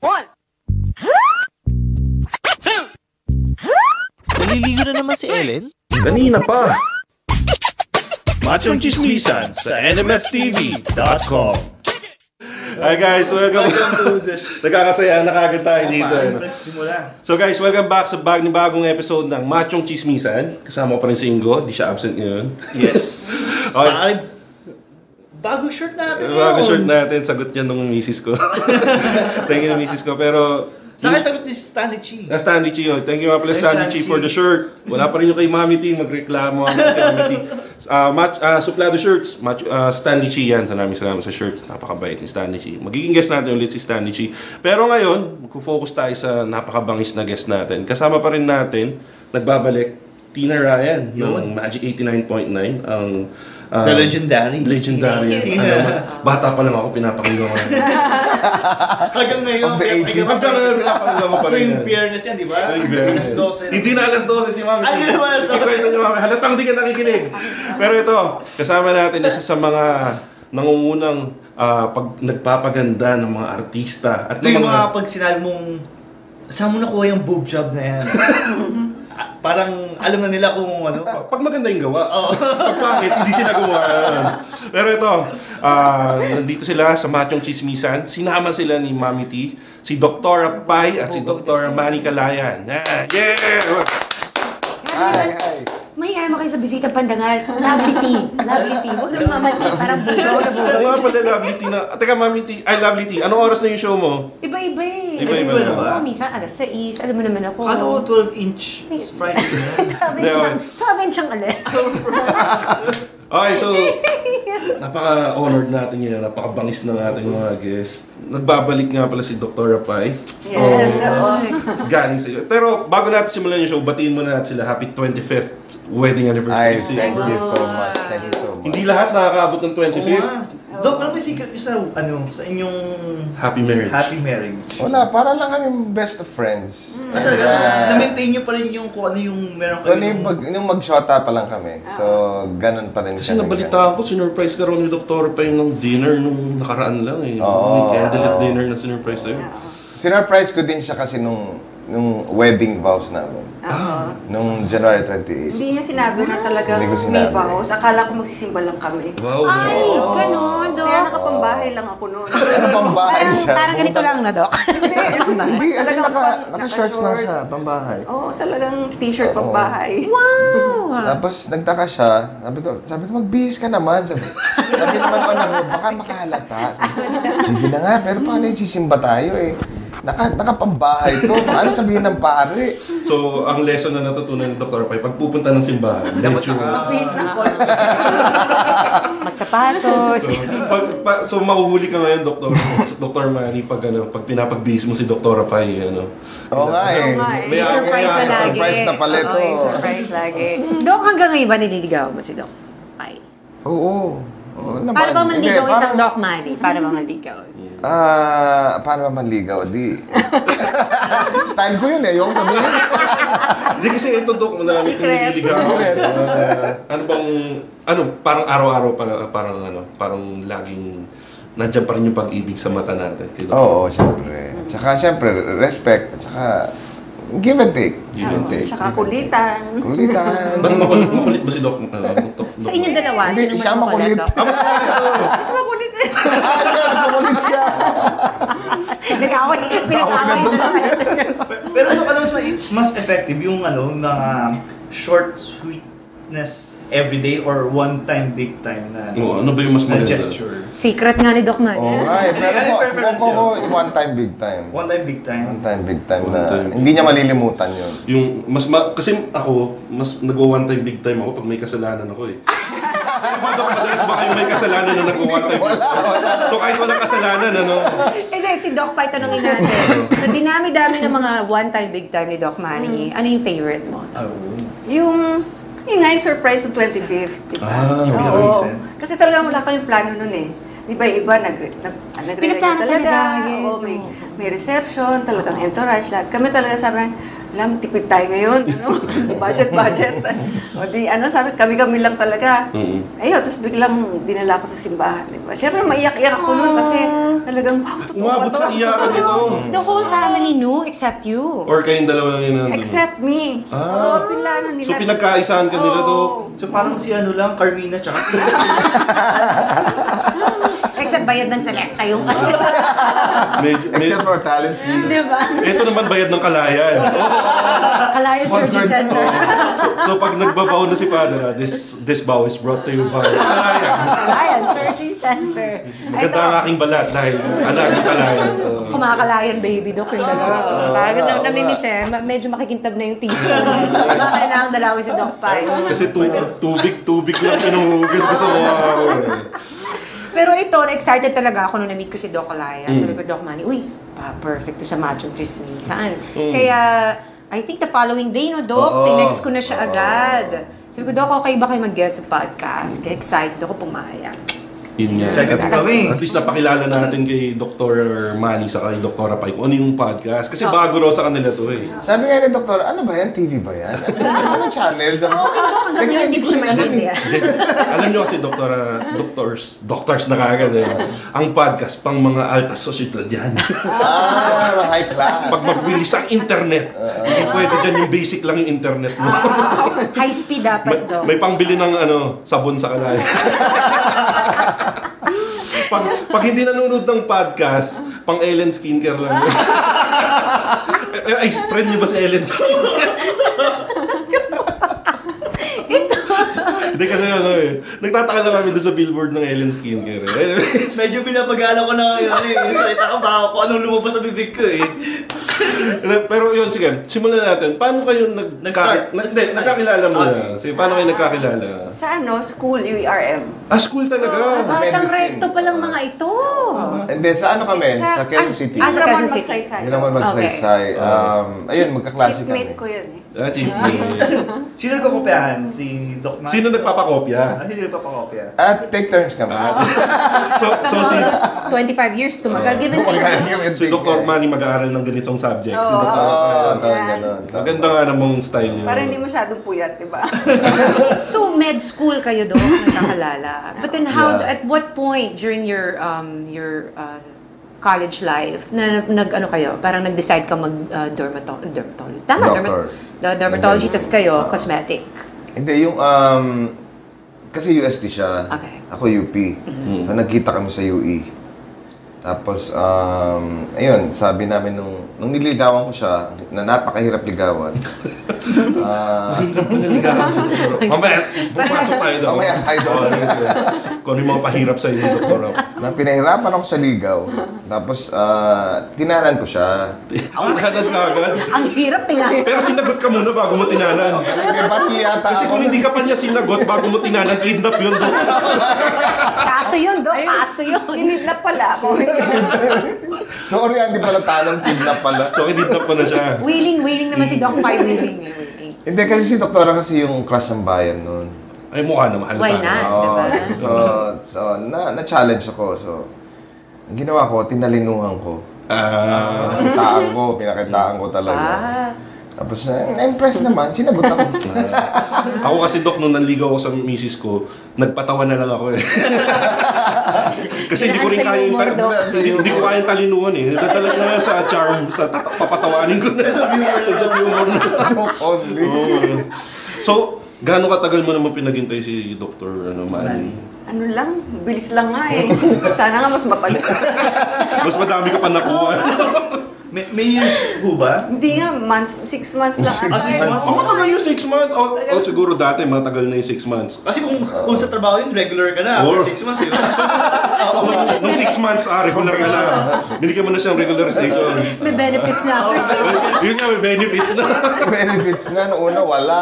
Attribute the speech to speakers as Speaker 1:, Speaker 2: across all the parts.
Speaker 1: One. Two.
Speaker 2: Naliligo na naman si Ellen.
Speaker 3: Kanina pa.
Speaker 4: Machong Chismisan sa nmftv.com Hi guys, welcome. Nagkakasaya na kagad tayo dito. ano.
Speaker 3: Simula.
Speaker 4: So guys, welcome back sa bag ni bagong episode ng Machong Chismisan. Kasama ko pa rin si Ingo, di siya absent ngayon.
Speaker 3: Yes.
Speaker 4: Okay.
Speaker 3: Five. Bagong shirt natin
Speaker 4: Yung
Speaker 3: yun.
Speaker 4: mga short natin, sagot niya nung misis ko. thank you ng misis ko, pero...
Speaker 3: Sa akin sagot ni si Stanley Chi.
Speaker 4: Ah, Stanley Chi, oh. thank you nga pala
Speaker 3: Thanks,
Speaker 4: Stanley
Speaker 3: Stanley
Speaker 4: Chi for
Speaker 3: Chi.
Speaker 4: the shirt. Wala pa rin yung kay Mami T, magreklamo ang si Mami T. Ah, match, ah, suplado shirts, match, ah, Stanley Chi yan. Maraming salamat sa shirts. Napakabait ni Stanley Chi. Magiging guest natin ulit si Stanley Chi. Pero ngayon, magfo-focus tayo sa napakabangis na guest natin. Kasama pa rin natin, nagbabalik, Tina Ryan ng Magic 89.9 ang ah,
Speaker 3: The legendary.
Speaker 4: Legendary.
Speaker 3: Thank you.
Speaker 4: Ano man, bata pa lang ako pinapakinggan ko.
Speaker 3: Hanggang ngayon.
Speaker 5: Of the
Speaker 3: kaya-
Speaker 5: 80s.
Speaker 3: kaya-
Speaker 4: Hanggang ngayon, pinapakinggan mo pa rin
Speaker 3: Tuwing
Speaker 4: yan.
Speaker 3: fairness yan, di ba?
Speaker 4: Ay, grabe.
Speaker 3: Alas 12.
Speaker 4: Hindi na alas 12 si Mami.
Speaker 3: Ano na naman alas 12?
Speaker 4: Ikikwento niyo Mami. Halatang di ka nakikinig. Pero ito, kasama natin isa sa mga nangungunang ah, pag nagpapaganda ng mga artista at
Speaker 3: Ito yung mga pag sinabi mong, saan mo nakuha yung boob job na yan? Ah, Parang alam na nila kung ano.
Speaker 4: pag maganda yung gawa. pag pangit, hindi sila gumawa. Pero ito, ah, nandito sila sa Machong Chismisan. Sinama sila ni Mami T, si Dr. Pai at si Dr. Manny Kalayan. Yan. Ah, Yeah!
Speaker 5: Hi, hi.
Speaker 6: May ano kayo sa bisita pandangal. Lovely tea. Lovely tea. Huwag na mamati. Parang bulo na bulo.
Speaker 4: Oo nga pala, Lovely T na... Teka, Mami T. Ay, Lovely T. Anong oras na yung show mo?
Speaker 6: Iba-iba eh.
Speaker 4: Iba-iba
Speaker 3: na ba?
Speaker 6: Oo, minsan alas 6. Alam mo naman ako.
Speaker 3: Kala ko 12 Ano, inch. It's Friday.
Speaker 6: Travel
Speaker 4: Hindi,
Speaker 6: siyang,
Speaker 4: okay.
Speaker 6: travel siyang alis.
Speaker 4: Okay, so... Napaka-honored natin yun. Napaka-bangis na natin yung mga guests. Nagbabalik nga pala si Dr. Rapay.
Speaker 5: Yes,
Speaker 4: Oo.
Speaker 5: oo.
Speaker 4: Galing sa'yo. Pero bago natin simulan yung show, batiin muna natin sila. Happy 25th wedding
Speaker 5: Ay,
Speaker 4: anniversary. sila.
Speaker 5: thank you so much. Thank you so much.
Speaker 4: Hindi lahat nakakaabot ng 25th.
Speaker 3: Dok, ano may secret niyo sa, ano, sa inyong
Speaker 4: Happy marriage.
Speaker 3: happy marriage?
Speaker 5: Wala, para lang kami best of friends.
Speaker 3: Ah,
Speaker 5: And,
Speaker 3: talaga,
Speaker 5: uh,
Speaker 3: na-maintain nyo pa rin yung kung ano yung meron
Speaker 5: kung
Speaker 3: kayo.
Speaker 5: ano yung, mag, yung mag-shota pa lang kami. So, ganun pa rin
Speaker 4: Kasi nabalitaan ko, sinurprise ka raw ni Dr. Rapay ng dinner nung nakaraan lang eh. Yung
Speaker 5: Oo.
Speaker 4: candlelit dinner na sinurprise sa'yo.
Speaker 5: Sinurprise ko din siya kasi nung nung wedding vows namin.
Speaker 7: Oo.
Speaker 5: Nung January 28.
Speaker 7: Hindi niya sinabi na
Speaker 5: Ah.
Speaker 7: talaga
Speaker 5: Hindi ko
Speaker 7: may
Speaker 5: sinabi.
Speaker 7: vows. Akala ko magsisimba lang kami.
Speaker 4: Wow.
Speaker 6: Ay, ganun,
Speaker 7: Kaya
Speaker 6: Dok.
Speaker 7: nakapambahay lang ako noon.
Speaker 5: Ano pang bahay
Speaker 6: Parang,
Speaker 5: siya?
Speaker 6: parang ganito lang na, Dok.
Speaker 5: Hindi, as in
Speaker 7: Talagang
Speaker 5: naka,
Speaker 7: pang-
Speaker 5: naka-shorts lang
Speaker 7: naka-shorts.
Speaker 5: siya, pambahay.
Speaker 7: Oo, talagang t-shirt pambahay.
Speaker 6: Wow!
Speaker 5: Tapos nagtaka siya, sabi ko, sabi ko magbihis ka naman. Sabi, sabi naman ko na, baka makahalata. Sabi ko, Sige na nga, pero paano yung sisimba tayo eh? Naka, nakapambahay to. Paano sabihin ng pare?
Speaker 4: So, ang lesson na natutunan ni Dr. Pai, pag pupunta ng simbahan,
Speaker 3: Dapat
Speaker 4: medyo-
Speaker 3: naka-
Speaker 7: Magbihis ng call.
Speaker 6: Magsapatos.
Speaker 4: So, pag, pa, so mahuhuli ka ngayon, Dr. Dr. Manny, pag, ano, pag pinapagbihis mo si Dr. Pai, ano.
Speaker 5: Oo nga eh.
Speaker 7: Oo nga eh.
Speaker 6: May surprise na lagi. eh.
Speaker 5: Surprise na pala
Speaker 6: Oo,
Speaker 5: to.
Speaker 6: may surprise lagi. Dok, hanggang ngayon ba nililigaw mo si Dok? Ay.
Speaker 5: Oo. Oo naman.
Speaker 6: Para ba
Speaker 5: Ano Hindi,
Speaker 6: manligaw isang
Speaker 5: parang-
Speaker 6: Doc Manny? Para ba manligaw?
Speaker 5: Ah, paano ba manligaw? Di. Style ko yun eh. Yung sabihin.
Speaker 4: Hindi kasi ito, Dok, madami kong
Speaker 7: Secret.
Speaker 4: nililigaw. Ah, ano bang, ano, parang araw-araw, pa, parang ano, parang laging nandiyan pa rin yung pag-ibig sa mata natin. Kay Dr.
Speaker 5: Oo, syempre. Tsaka syempre, respect. Tsaka, give and take. Give and
Speaker 7: Oo,
Speaker 5: take.
Speaker 7: Tsaka kulitan.
Speaker 5: Kulitan.
Speaker 4: Ba't makulit, makulit ba si Doc? Ano, Dok?
Speaker 6: Sa inyong dalawa, sino
Speaker 5: Hindi,
Speaker 6: mas
Speaker 5: siya
Speaker 6: makulit,
Speaker 5: makulit.
Speaker 6: Dok?
Speaker 4: Ah, mas makulit ako.
Speaker 7: Mas makulit eh.
Speaker 5: Ah, yes, makulit siya.
Speaker 6: Nag-away. Pinag-away na naman.
Speaker 3: Pero ano ka mas, ma- mas effective yung ano, mga short sweetness everyday or one time, big time na,
Speaker 4: Oo, ano ba yung mas
Speaker 3: na
Speaker 4: maganda?
Speaker 3: gesture?
Speaker 6: Secret nga ni Doc Manny.
Speaker 5: Oo nga eh, pero
Speaker 3: Any
Speaker 5: mo-
Speaker 3: preference
Speaker 5: mo ko
Speaker 3: yun?
Speaker 5: one time, big time.
Speaker 3: One time, big
Speaker 5: One
Speaker 3: time.
Speaker 5: time, big time
Speaker 4: One
Speaker 5: na
Speaker 4: time, big
Speaker 5: hindi niya malilimutan yun.
Speaker 4: Yung mas ma- kasi ako mas nagwo one time big time ako pag may kasalanan ako eh. ba daw madalas ba kayo may kasalanan na nagkuha tayo? Wala, So kahit walang kasalanan, ano?
Speaker 6: Eh, then, si Doc Pai tanongin natin. Sa dinami-dami ng mga one-time, big-time ni Doc Manny, ano yung favorite mo?
Speaker 3: Ah,
Speaker 7: Yung, yun nga yung surprise ng 25th, di ba?
Speaker 4: Ah,
Speaker 3: yun ang reason.
Speaker 7: Kasi talaga wala kayong plano nun eh. Di ba iba, nag, nag, ah, nagre-ready
Speaker 6: Pinaplano
Speaker 7: talaga.
Speaker 6: talaga, yes,
Speaker 7: Oo, may,
Speaker 6: oo.
Speaker 7: may reception, talagang entourage, lahat. Kami talaga sabi namin, alam, tipid tayo ngayon. Ano? budget, budget. o di, ano, sabi, kami-kami lang talaga.
Speaker 4: Mm-mm.
Speaker 7: Ayun, tapos biglang dinala ko sa simbahan. Di ba? Siyempre, maiyak-iyak ako nun kasi
Speaker 6: Ah.
Speaker 7: talagang, wow, totoo ba
Speaker 4: Umabot
Speaker 7: to?
Speaker 4: sa iyakan ito.
Speaker 6: The whole family knew except you.
Speaker 4: Or kayong dalawa lang yun nandun.
Speaker 7: Except me.
Speaker 4: Ah.
Speaker 7: Oo, pinlano nila.
Speaker 4: So pinagkaisahan ka nila,
Speaker 7: Oo.
Speaker 4: Dok?
Speaker 3: So parang si ano lang, Carmina tsaka si...
Speaker 6: Except bayad ng selecta yung
Speaker 4: Medyo,
Speaker 5: Except for talent fee.
Speaker 6: Di ba?
Speaker 4: Ito naman bayad ng kalayan.
Speaker 6: Kalayan Surgery Center.
Speaker 4: so, so pag nagbabaw na si Padre, this, this bow is brought to you by kalayan.
Speaker 6: Kalayan Surgery Center.
Speaker 4: Oh. Maganda ang aking balat dahil anak ng kalayan. Uh, Oo.
Speaker 6: Kumakalayan baby do, yung dalawa.
Speaker 4: Ah.
Speaker 6: Parang na, namimiss eh, Ma- medyo makikintab na yung piso. Kailangan dalawin si Doc Pai.
Speaker 4: Kasi tubig, tubig, tubig lang pinuhugas ko sa mukha ko. eh.
Speaker 6: Pero ito, excited talaga ako nung na-meet ko si Doc
Speaker 4: Mm.
Speaker 6: Kalayan. Sabi ko, Doc Manny, uy, pa perfect to sa machong chismisaan. Kaya, I think the following day, no, Doc,
Speaker 4: Mm. Oo.
Speaker 6: tinext ko na siya agad. Sabi ko, Doc, okay ba kayo mag-guest sa podcast? Kaya excited ako pumayag.
Speaker 4: Yun nga.
Speaker 3: Excited
Speaker 4: At-
Speaker 3: kami.
Speaker 4: At least napakilala natin kay Dr. Manny sa kay Dr. Pai kung ano yung podcast. Kasi bago raw sa kanila to eh.
Speaker 5: Sabi nga ni Doktor, ano ba yan? TV ba yan? Ano, anong channel? Sabi ko,
Speaker 6: Hanggang
Speaker 5: "Teka,
Speaker 6: ngayon, hindi ko siya
Speaker 5: rin alam eh."
Speaker 6: maintindihan.
Speaker 4: Hindi. Alam nyo kasi, doktor, doctors, doctors na kagad eh. Ang podcast pang mga alta societal dyan.
Speaker 5: Ah, mga high class.
Speaker 4: Pag magbilis ang internet, hindi pwede dyan yung basic lang yung internet mo.
Speaker 6: High speed
Speaker 4: May,
Speaker 6: dapat, Doc.
Speaker 4: may pangbili ng ano, sabon sa kanal. pag, pag hindi nanonood ng podcast, pang Ellen Skincare lang. yun. Eh, ay, ay, friend niyo ba si Ellen Skincare? Hindi kasi ano eh. Nagtataka lang kami doon sa billboard ng Ellen Skincare. eh. Anyway,
Speaker 3: Medyo pinapagala ko na ngayon eh. Salita ka baka kung anong lumabas sa bibig ko eh.
Speaker 4: Pero yun, sige. Simulan natin. Paano kayo nag
Speaker 3: Nag-start.
Speaker 4: Nag- hindi, nagkakilala mo
Speaker 3: Ah,
Speaker 4: na. Sige, paano kayo nagkakilala?
Speaker 7: Sa ano, school, UERM.
Speaker 4: Ah, school talaga.
Speaker 6: Parang
Speaker 5: medicine.
Speaker 6: recto pa lang mga ito.
Speaker 5: Hindi, sa ano kami? Sa Quezon City.
Speaker 7: Ah,
Speaker 6: sa
Speaker 7: sa
Speaker 6: Quezon
Speaker 7: Quezon
Speaker 6: City.
Speaker 7: Magsaysay.
Speaker 5: Yun naman magsaysay. Um, ayun, magkaklase kami.
Speaker 7: Shipmate ko yun eh.
Speaker 4: Ah, chipmate.
Speaker 3: Sino nagkakopyahan? Si Doc Manny?
Speaker 4: Sino nagpapakopya?
Speaker 3: Ah, sino nagpapakopya?
Speaker 5: At take turns kami.
Speaker 4: Ah. So, so si,
Speaker 6: 25 years tumagal. Given
Speaker 5: Kung
Speaker 6: that,
Speaker 5: kaya give and
Speaker 4: si
Speaker 5: take.
Speaker 4: Dr. Manny mag-aaral ng ganitong subject. Si
Speaker 7: Oo.
Speaker 4: Dr.
Speaker 5: Oo,
Speaker 4: Manny.
Speaker 5: Ah, ganun, ganun.
Speaker 4: Maganda nga namang style niya.
Speaker 7: Para hindi masyadong puyat, di ba?
Speaker 6: so med school kayo doon, nagkakalala. But then how,
Speaker 5: Yeah.
Speaker 6: at what point during your, um, your uh, college life, na nag, ano kayo, parang nag-decide ka mag uh, dermato- dermatology. Tama,
Speaker 5: Doctor.
Speaker 6: dermat- the dermatology, tas kayo,
Speaker 5: Ah.
Speaker 6: cosmetic.
Speaker 5: Hindi, yung, um, kasi UST siya.
Speaker 6: Okay.
Speaker 5: Ako UP. So, nagkita kami sa UE. Tapos, um, ayun, sabi namin nung, nung niligawan ko siya, na napakahirap ligawan. Ah,
Speaker 4: Naligawan si Dr. Mamaya, pupasok tayo doon.
Speaker 5: Mamaya tayo doon.
Speaker 4: Oo, ayun, sige. Kung ano yung mga pahirap sa inyo, Dr.
Speaker 5: na pinahirapan ako sa ligaw. Tapos, ah, tinanan ko siya.
Speaker 4: Ang kanan ka agad.
Speaker 6: Ang hirap tingnan.
Speaker 4: Ah, Pero sinagot ka muna bago mo tinanan.
Speaker 5: Kasi pati yata
Speaker 4: Kasi
Speaker 5: ako-
Speaker 4: kung hindi ka pa niya sinagot bago mo tinanan, kidnap yun, Dok.
Speaker 6: Kaso yun, do, kaso yun.
Speaker 7: Kinidnap pala ako.
Speaker 5: Sorry, ah, hindi pala talong kidnap pala.
Speaker 4: So, kidnap pa na siya.
Speaker 6: Willing, willing naman si Doc Pai, willing, eh, willing.
Speaker 5: Hindi, kasi si Doktora kasi yung crush ng bayan noon.
Speaker 4: Ay, mukha naman. halata
Speaker 6: Why
Speaker 4: na.
Speaker 6: not?
Speaker 5: Ano Oo.
Speaker 6: Diba?
Speaker 5: so, so na, na-challenge ako. So, ang ginawa ko, tinalinuhan ko.
Speaker 4: Ah.
Speaker 5: Pinakitaan ko, pinakitaan ko talaga.
Speaker 6: Ah.
Speaker 5: Tapos, na- na-impress naman, sinagot ako.
Speaker 4: Ako kasi dok nung nanligaw ako sa misis ko, nagpatawa na lang ako eh. kasi hindi ko rin
Speaker 6: Inaasay
Speaker 4: kaya yung
Speaker 6: humor,
Speaker 4: tal-
Speaker 6: Dok.
Speaker 4: hindi, hindi ko kaya yung talinuan eh. Dadala na lang sa charm, sa tata- papatawanin ko na sa humor. Sa humor na.
Speaker 5: Joke only.
Speaker 4: Oo. so, gaano katagal mo naman pinaghintay si Dr. Ano, Manny?
Speaker 7: ano lang, bilis lang nga eh. Sana nga mas mapalit.
Speaker 4: Mas madami ka pa nakuha.
Speaker 3: May, may years po ba?
Speaker 7: Hindi nga, months, six months lang.
Speaker 3: Ah, six
Speaker 7: ata. eh.
Speaker 3: months?
Speaker 4: Oh, matagal yung 6 months. O, o, siguro dati, matagal na yung 6 months.
Speaker 3: Kasi kung, kung sa trabaho yun, regular ka na.
Speaker 4: Or-
Speaker 3: After six months, di ba?
Speaker 6: Oh.
Speaker 4: So, nung 6 months, ah, regular ka na. Binigyan mo na siyang regularization.
Speaker 1: May benefits na ako.
Speaker 4: Yun nga, may benefits na.
Speaker 5: Benefits nga, noong una wala.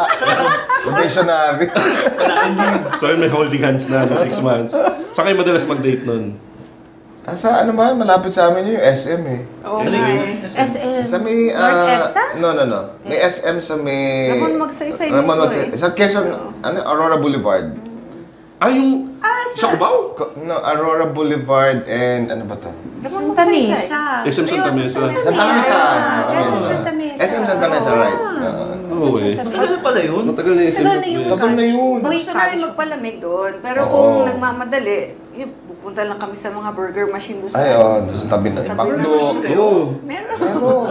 Speaker 5: Probationary.
Speaker 4: So, yun, may holding hands na na 6 months. Sa kayo madalas mag-date nun?
Speaker 5: Ah, Sa ano ba, malapit sa amin yung SM eh.
Speaker 7: Oo nga eh.
Speaker 6: Hmm.
Speaker 1: SM.
Speaker 5: Sa may...
Speaker 1: North
Speaker 5: ah,
Speaker 1: EDSA?
Speaker 5: no, no, no. May SM sa may...
Speaker 7: Ramon Magsaysay
Speaker 5: Ramon
Speaker 7: mismo
Speaker 5: Magsaysay.
Speaker 7: eh.
Speaker 5: Sa Quezon, ano, Aurora Boulevard.
Speaker 4: Ah, yung... Sa Cubao?
Speaker 5: Co- No, Aurora Boulevard and ano ba to?
Speaker 7: Ramon
Speaker 1: Santa
Speaker 7: Magsaysay.
Speaker 1: Mesa.
Speaker 4: SM Santa Mesa.
Speaker 5: Santa Mesa.
Speaker 1: Yeah,
Speaker 5: Oo.
Speaker 1: SM Santa Mesa.
Speaker 5: SM Santa Mesa, right. Ah. Oo.
Speaker 4: Oo eh.
Speaker 3: Matagal na pala yun.
Speaker 4: Matagal na yung SM
Speaker 1: Tagal na yung
Speaker 4: Santa Mesa.
Speaker 5: Tagal na yun.
Speaker 1: Uy,
Speaker 7: Gusto namin
Speaker 1: college.
Speaker 7: magpalamig doon. Pero
Speaker 5: Oo.
Speaker 7: kung nagmamadali, yun, pupunta lang kami sa mga burger machine doon. sa-
Speaker 5: Ay, oh, doon sa tabi ng
Speaker 7: Tabi
Speaker 5: ibanglo.
Speaker 7: ng-
Speaker 4: Oo.
Speaker 7: Meron.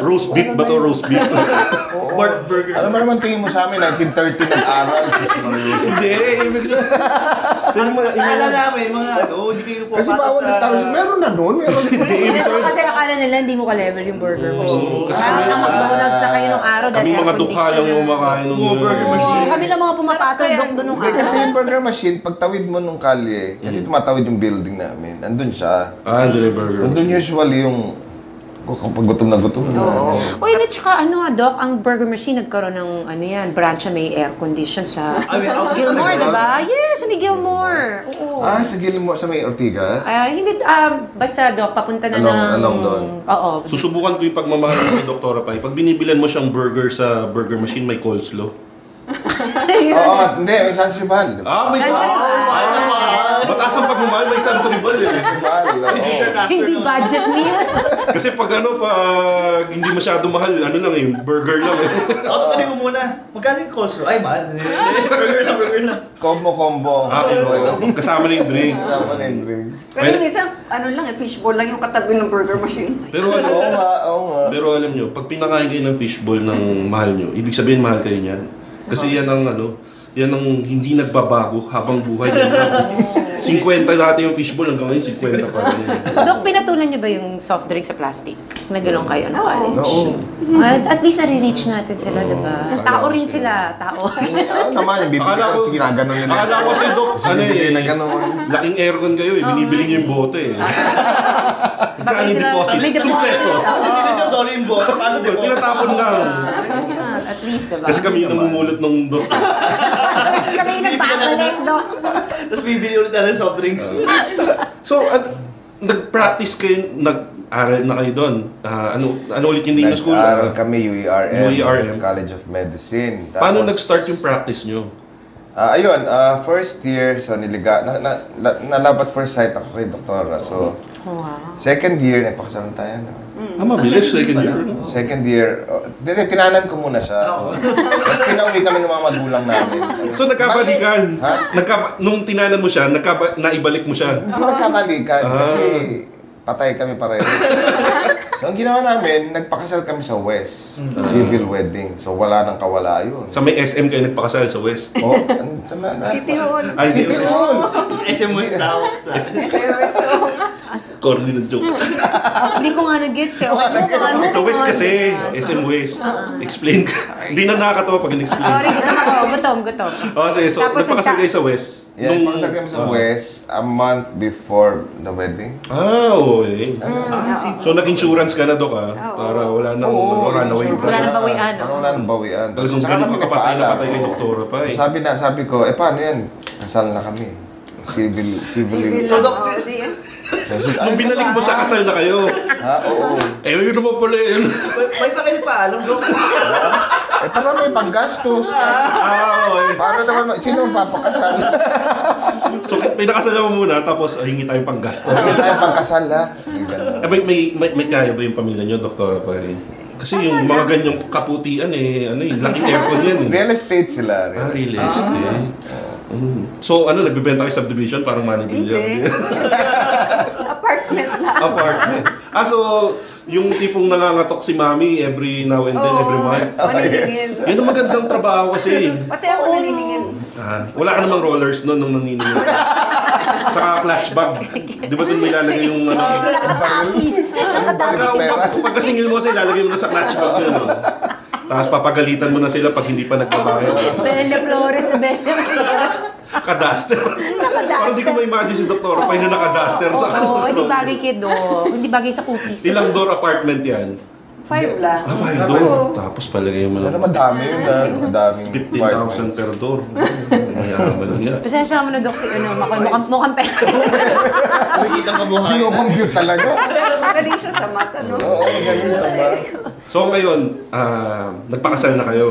Speaker 4: Roast beef ba to? Roast beef?
Speaker 5: Oo.
Speaker 3: Bart Burger.
Speaker 5: Ano ba naman tingin mo sa amin, 1930 nag-aral? Sus, Maria.
Speaker 4: Hindi, eh, ibig sabihin. Yung mga- yung
Speaker 3: Akala
Speaker 4: mga-
Speaker 3: namin, mga ano, hindi kayo po
Speaker 5: Kasi bawat establishment, meron na nun. Meron
Speaker 4: Hindi, ibig sabihin.
Speaker 1: Kasi akala nila hindi mo ka-level yung burger machine.
Speaker 4: kasi
Speaker 6: Parang
Speaker 4: kami-
Speaker 6: na McDonald's sa kayo nung araw dahil
Speaker 4: Kami mga dukha lang yung kumakain ng
Speaker 3: Mga burger machine.
Speaker 1: Oo, kami lang mga pumapatundok doon nung
Speaker 5: Hindi, kasi
Speaker 1: araw.
Speaker 5: yung burger machine, pagtawid mo nung kalye,
Speaker 4: Mm.
Speaker 5: kasi tumatawid yung building namin, andun siya.
Speaker 4: Ah, andun yung burger
Speaker 5: Andun
Speaker 4: machine.
Speaker 5: usually yung kapag gutom na gutom na.
Speaker 7: Oo.
Speaker 6: Uy, na tsaka ano ah, Doc, ang burger machine nagkaroon ng ano yan, branch na may air condition sa
Speaker 3: I mean, out-
Speaker 6: Gilmore, di
Speaker 3: talaga.
Speaker 6: ba? Yes, sa may Gilmore. Oo.
Speaker 5: Ah, sa Gilmore, sa may Ortigas?
Speaker 6: Ah, hindi, ah, basta Doc, papunta na
Speaker 5: Along-
Speaker 6: ng...
Speaker 5: along doon.
Speaker 6: Oo.
Speaker 4: Susubukan ko yung pagmamahal ko kay Doktora Pai. Pag binibilan mo siyang burger sa burger machine, may coleslaw.
Speaker 5: Oo, hindi, may San Sibal.
Speaker 4: Ah, may sa...
Speaker 3: Ay, naman.
Speaker 4: Mataas ang pagmamahal, may sans rival eh.
Speaker 5: Sibal, oo.
Speaker 3: T-shirt after
Speaker 1: Hindi
Speaker 3: nun.
Speaker 1: budget meal.
Speaker 4: Kasi pag ano, pag hindi masyado mahal, ano lang eh, burger lang eh.
Speaker 3: Ako tatanungin ko Oh, muna, magkano yung coleslaw? Ay, mahal. burger lang, burger lang.
Speaker 5: Combo, combo.
Speaker 4: Ah,
Speaker 5: Combo.
Speaker 4: yun. Kasama na yung drinks.
Speaker 5: Kasama na yung drinks.
Speaker 7: Pero
Speaker 4: Well-
Speaker 7: minsan, ano lang, eh, fishball lang yung katabi ng burger machine.
Speaker 4: Pero ano,
Speaker 5: Oo nga, oo nga.
Speaker 4: Pero alam nyo, pag pinakain kayo ng fishball ng mahal nyo, ibig sabihin mahal kayo niyan. Kasi yan ang ano, yan ang hindi nagbabago habang buhay yan lang. 50 dati yung fishball, hanggang ngayon 50 pa rin.
Speaker 6: Doc, pinatulan niyo ba yung soft drink sa plastic? Nagulong kayo ng
Speaker 7: Oo.
Speaker 6: college?
Speaker 5: Oo.
Speaker 6: At, at least nare-reach natin sila,
Speaker 4: Oo.
Speaker 6: di ba?
Speaker 4: Kaya
Speaker 6: Tao rin
Speaker 4: sila.
Speaker 6: sila, tao.
Speaker 5: Ano naman, yung bibigyan
Speaker 4: Akala
Speaker 5: ka,
Speaker 4: ko-
Speaker 5: sige na, ganun yun.
Speaker 4: Akala ko kasi Doc, ano
Speaker 5: Bibigyan na
Speaker 4: eh,
Speaker 5: ganun.
Speaker 4: laking aircon kayo eh, binibili niyo yung bote eh. Magkano yung deposit?
Speaker 1: May
Speaker 4: 2
Speaker 1: deposit.
Speaker 4: pesos.
Speaker 3: Kasi hindi na siya, sorry yung boy. Paano di po?
Speaker 4: Tinatapon lang.
Speaker 6: Yan, at least, diba? di ba?
Speaker 4: Kasi kami yung namumulot ng dos. eh.
Speaker 1: Kami yung nagpapalit,
Speaker 6: eh,
Speaker 1: Doc.
Speaker 3: Tapos bibili ulit natin soft drinks.
Speaker 4: So, at, nag-practice kayo, nag-aral na kayo doon. Ah, ano, ano ulit yung name ng school?
Speaker 5: Nag-aral kami, UERM,
Speaker 4: UERM.
Speaker 5: College of Medicine.
Speaker 4: Paano
Speaker 5: Tapos,
Speaker 4: nag-start yung practice nyo?
Speaker 5: Ah, ayun, ah, first year, so niliga, na, na, na, nalabat first sight ako kay doktora. So,
Speaker 6: Wow.
Speaker 5: second year, nagpakasalan tayo. No?
Speaker 6: Mm.
Speaker 4: Ah, mabilis, second year. no?
Speaker 5: Second year, oh, dire, tinanan ko muna siya. Tapos pinauwi kami ng mga magulang namin.
Speaker 4: So nagkabalikan.
Speaker 5: Ha?
Speaker 4: Nagka, nung tinanan mo siya, nagkaba, naibalik mo siya.
Speaker 5: Hindi nagkamalikan
Speaker 4: Ah.
Speaker 5: kasi patay kami pareho. so, ang ginawa namin, nagpakasal kami sa West. Civil wedding. So, wala nang kawala yun.
Speaker 4: Mm. Sa may SM kayo nagpakasal sa West.
Speaker 5: Oh, an- sa ma- na-
Speaker 7: City Hall.
Speaker 4: Ay, hindi.
Speaker 5: City Hall!
Speaker 3: SMS na ako.
Speaker 4: Corny na joke.
Speaker 6: Hindi ko nga nag-gets eh. Okay,
Speaker 5: nag-gets.
Speaker 6: ano, ano,
Speaker 4: Sa West
Speaker 6: ano,
Speaker 4: kasi,
Speaker 6: ano, ano.
Speaker 4: SM West. Explain ka. Hindi na nakakatawa pag in-explain.
Speaker 6: Sorry, gutom ako. Gutom, gutom.
Speaker 4: Oh, sige, so
Speaker 6: Tapos
Speaker 4: nagpakasal
Speaker 6: nagka-
Speaker 4: kayo sa West.
Speaker 5: Yeah,
Speaker 4: Nung-
Speaker 5: nagpakasal kami sa
Speaker 4: Ah.
Speaker 5: West a month before the wedding.
Speaker 4: Ah, okay.
Speaker 7: Oo.
Speaker 4: So nag-insurance ka na, Doc, ah?
Speaker 7: Oo.
Speaker 4: Para wala nang ano, runaway.
Speaker 5: sure.
Speaker 6: Wala nang bawian,
Speaker 5: Parang
Speaker 6: oh.
Speaker 5: wala nang bawian.
Speaker 4: Talagang
Speaker 5: Saka
Speaker 4: ganun
Speaker 5: kami
Speaker 4: kakapatay na
Speaker 5: nagpaalam.
Speaker 4: patay kay doktora pa eh.
Speaker 5: Sabi na, sabi ko, eh paano yan? Kasal na kami. Civil, civil.
Speaker 7: Civil
Speaker 3: So,
Speaker 7: lang.
Speaker 3: Doc,
Speaker 7: oo,
Speaker 3: si-
Speaker 7: di eh.
Speaker 5: Tapos, ay,
Speaker 4: Nung binalik mo siya, kasal na kayo.
Speaker 5: Ha? Oo.
Speaker 4: Eh, yun naman pala yun.
Speaker 3: May pa kayo paalam, Dok.
Speaker 5: Eh, para may panggastos.
Speaker 4: Ah, okay.
Speaker 5: Para naman, sino ang papakasal?
Speaker 4: So, pinakasal mo muna, tapos ah, hingi tayong panggastos.
Speaker 5: Kasi tayo pangkasal, ha? Hindi
Speaker 4: Eh,
Speaker 5: ganun.
Speaker 4: may, may, may, may kaya ba yung pamilya nyo, Doktora Pari? Kasi yung mga ganyang kaputian eh, ano eh, laking aircon yan eh.
Speaker 5: Real estate sila.
Speaker 4: Ah,
Speaker 5: Real
Speaker 4: real
Speaker 5: estate.
Speaker 4: estate. Mm. So, ano, nagbibenta kayo subdivision, parang money
Speaker 7: Hindi.
Speaker 4: billion.
Speaker 7: Apartment lang.
Speaker 4: Apartment. Ah, so, yung tipong nangangatok si mami every now and then, every month.
Speaker 7: Paniningin.
Speaker 4: Yun ang magandang trabaho kasi. eh.
Speaker 7: Pati ako naniningin.
Speaker 4: Ah, wala ka namang rollers noon nung naniningil. Saka clutch bag. Di ba doon may lalagay yung ano?
Speaker 1: Nakatapis.
Speaker 4: Pagka, pag, pag kasingil mo kasi lalagay mo na sa clutch bag yun. No? Tapos papagalitan mo na sila pag hindi pa nagbabayad.
Speaker 1: Bella Flores, Bella Flores.
Speaker 4: Kadaster. Parang di ko ma-imagine si Doktor pa yung nakadaster sa
Speaker 6: Oo, hindi bagay
Speaker 4: kanon.
Speaker 6: kay Dok. Hindi bagay sa cookies.
Speaker 4: Ilang door apartment yan?
Speaker 7: Five lang.
Speaker 4: Ah, five door. Tapos palagay mo lang.
Speaker 5: Pero madami yun na. Madaming
Speaker 4: 15,000 per door. Mayaman nga.
Speaker 6: Pasensya mo na, Dok, si ano, makoy, mukhang, mukhang pera.
Speaker 2: Nakikita ko mukha. yun.
Speaker 5: Kino-compute talaga.
Speaker 7: Magaling siya sa ano? mata, no?
Speaker 5: Oo, magaling sa ba?
Speaker 4: So ngayon, ah, nagpakasal na kayo.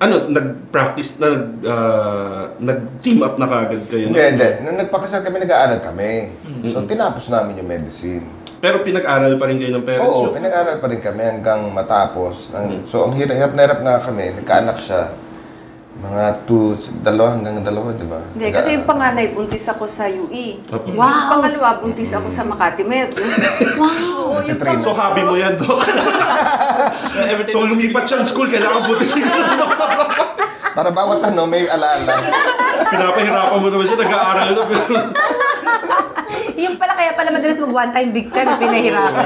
Speaker 4: Ano, nag-practice, na, nag, ah, nag-team up na kagad kayo?
Speaker 5: Hindi, hindi. Nung nagpakasal kami, nag-aaral kami. So, tinapos namin yung medicine.
Speaker 4: Pero pinag-aral pa rin kayo ng parents
Speaker 5: Oo,
Speaker 4: nyo?
Speaker 5: pinag-aral pa rin kami hanggang matapos. Ang, So, ang hirap, hirap na hirap nga kami. Nagkaanak siya. Mga two, dalawa hanggang dalawa, di ba?
Speaker 7: Hindi, kasi yung
Speaker 5: Nag-aaral.
Speaker 7: panganay, buntis ako sa UE.
Speaker 4: Apo.
Speaker 7: Yung pangalawa, buntis ako sa Makati Med. wow! Oo, yung
Speaker 5: Nagtitrain.
Speaker 4: So hobby mo yan, Doc. so lumipat siya ng school, kailangan buti siya sa doktor.
Speaker 5: Para bawat ano, may alaala.
Speaker 4: Pinapahirapan mo naman siya, nag-aaral na. Pero
Speaker 6: yung pala, kaya pala madalas mag one time big time, pinahirapan.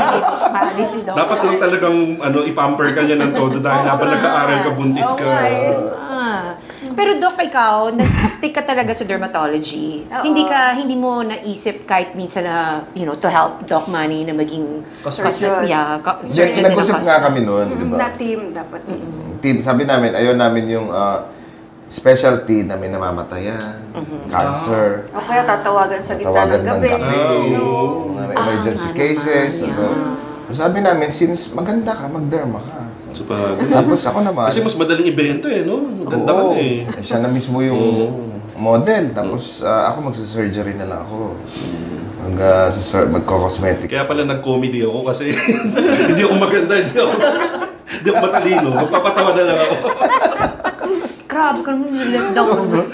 Speaker 6: Mali si Dok.
Speaker 4: dapat lang talagang ano, ipamper ka niya ng todo dahil habang nag-aaral ka, buntis ka.
Speaker 6: Ah. Pero Dok, ikaw, nag-stick ka talaga sa dermatology.
Speaker 7: Oo.
Speaker 6: Hindi ka, hindi mo naisip kahit minsan na, you know, to help Doc Manny na maging
Speaker 7: Surgeon.
Speaker 6: cosmetic, yeah, co-
Speaker 5: Hindi,
Speaker 6: surgeon din
Speaker 5: Nag-usap
Speaker 6: ang
Speaker 5: nga
Speaker 6: cosmetic.
Speaker 5: kami noon, di ba?
Speaker 7: Na team dapat. Mm-hmm.
Speaker 5: Team, sabi namin, ayaw namin yung ah, specialty na may namamatayan,
Speaker 7: Mm-hmm.
Speaker 5: cancer,
Speaker 7: O kaya tatawagan sa gitna
Speaker 5: tawagan
Speaker 7: ng
Speaker 5: ng
Speaker 7: gabi. Ano?
Speaker 5: gabi, Oh.
Speaker 7: No.
Speaker 4: Oh.
Speaker 5: mga may
Speaker 6: Ah,
Speaker 5: emergency
Speaker 6: nga
Speaker 5: cases.
Speaker 6: naman,
Speaker 5: ano. Sabi namin, since maganda ka, magderma ka.
Speaker 4: So, pa-
Speaker 5: Tapos ako naman,
Speaker 4: Kasi mas madaling ibenta eh, no? Ang Ganda ka na
Speaker 5: Oo.
Speaker 4: eh. Mm.
Speaker 5: Eh, Siya na mismo yung model. Tapos ah, ako magsa-surgery na lang ako. Mag, ah, sasur- magko-cosmetic.
Speaker 4: Kaya pala nag-comedy ako kasi hindi ako maganda, hindi ako, hindi ako matalino. Magpapatawa na lang ako.
Speaker 6: Grabe, kung let Doc naman.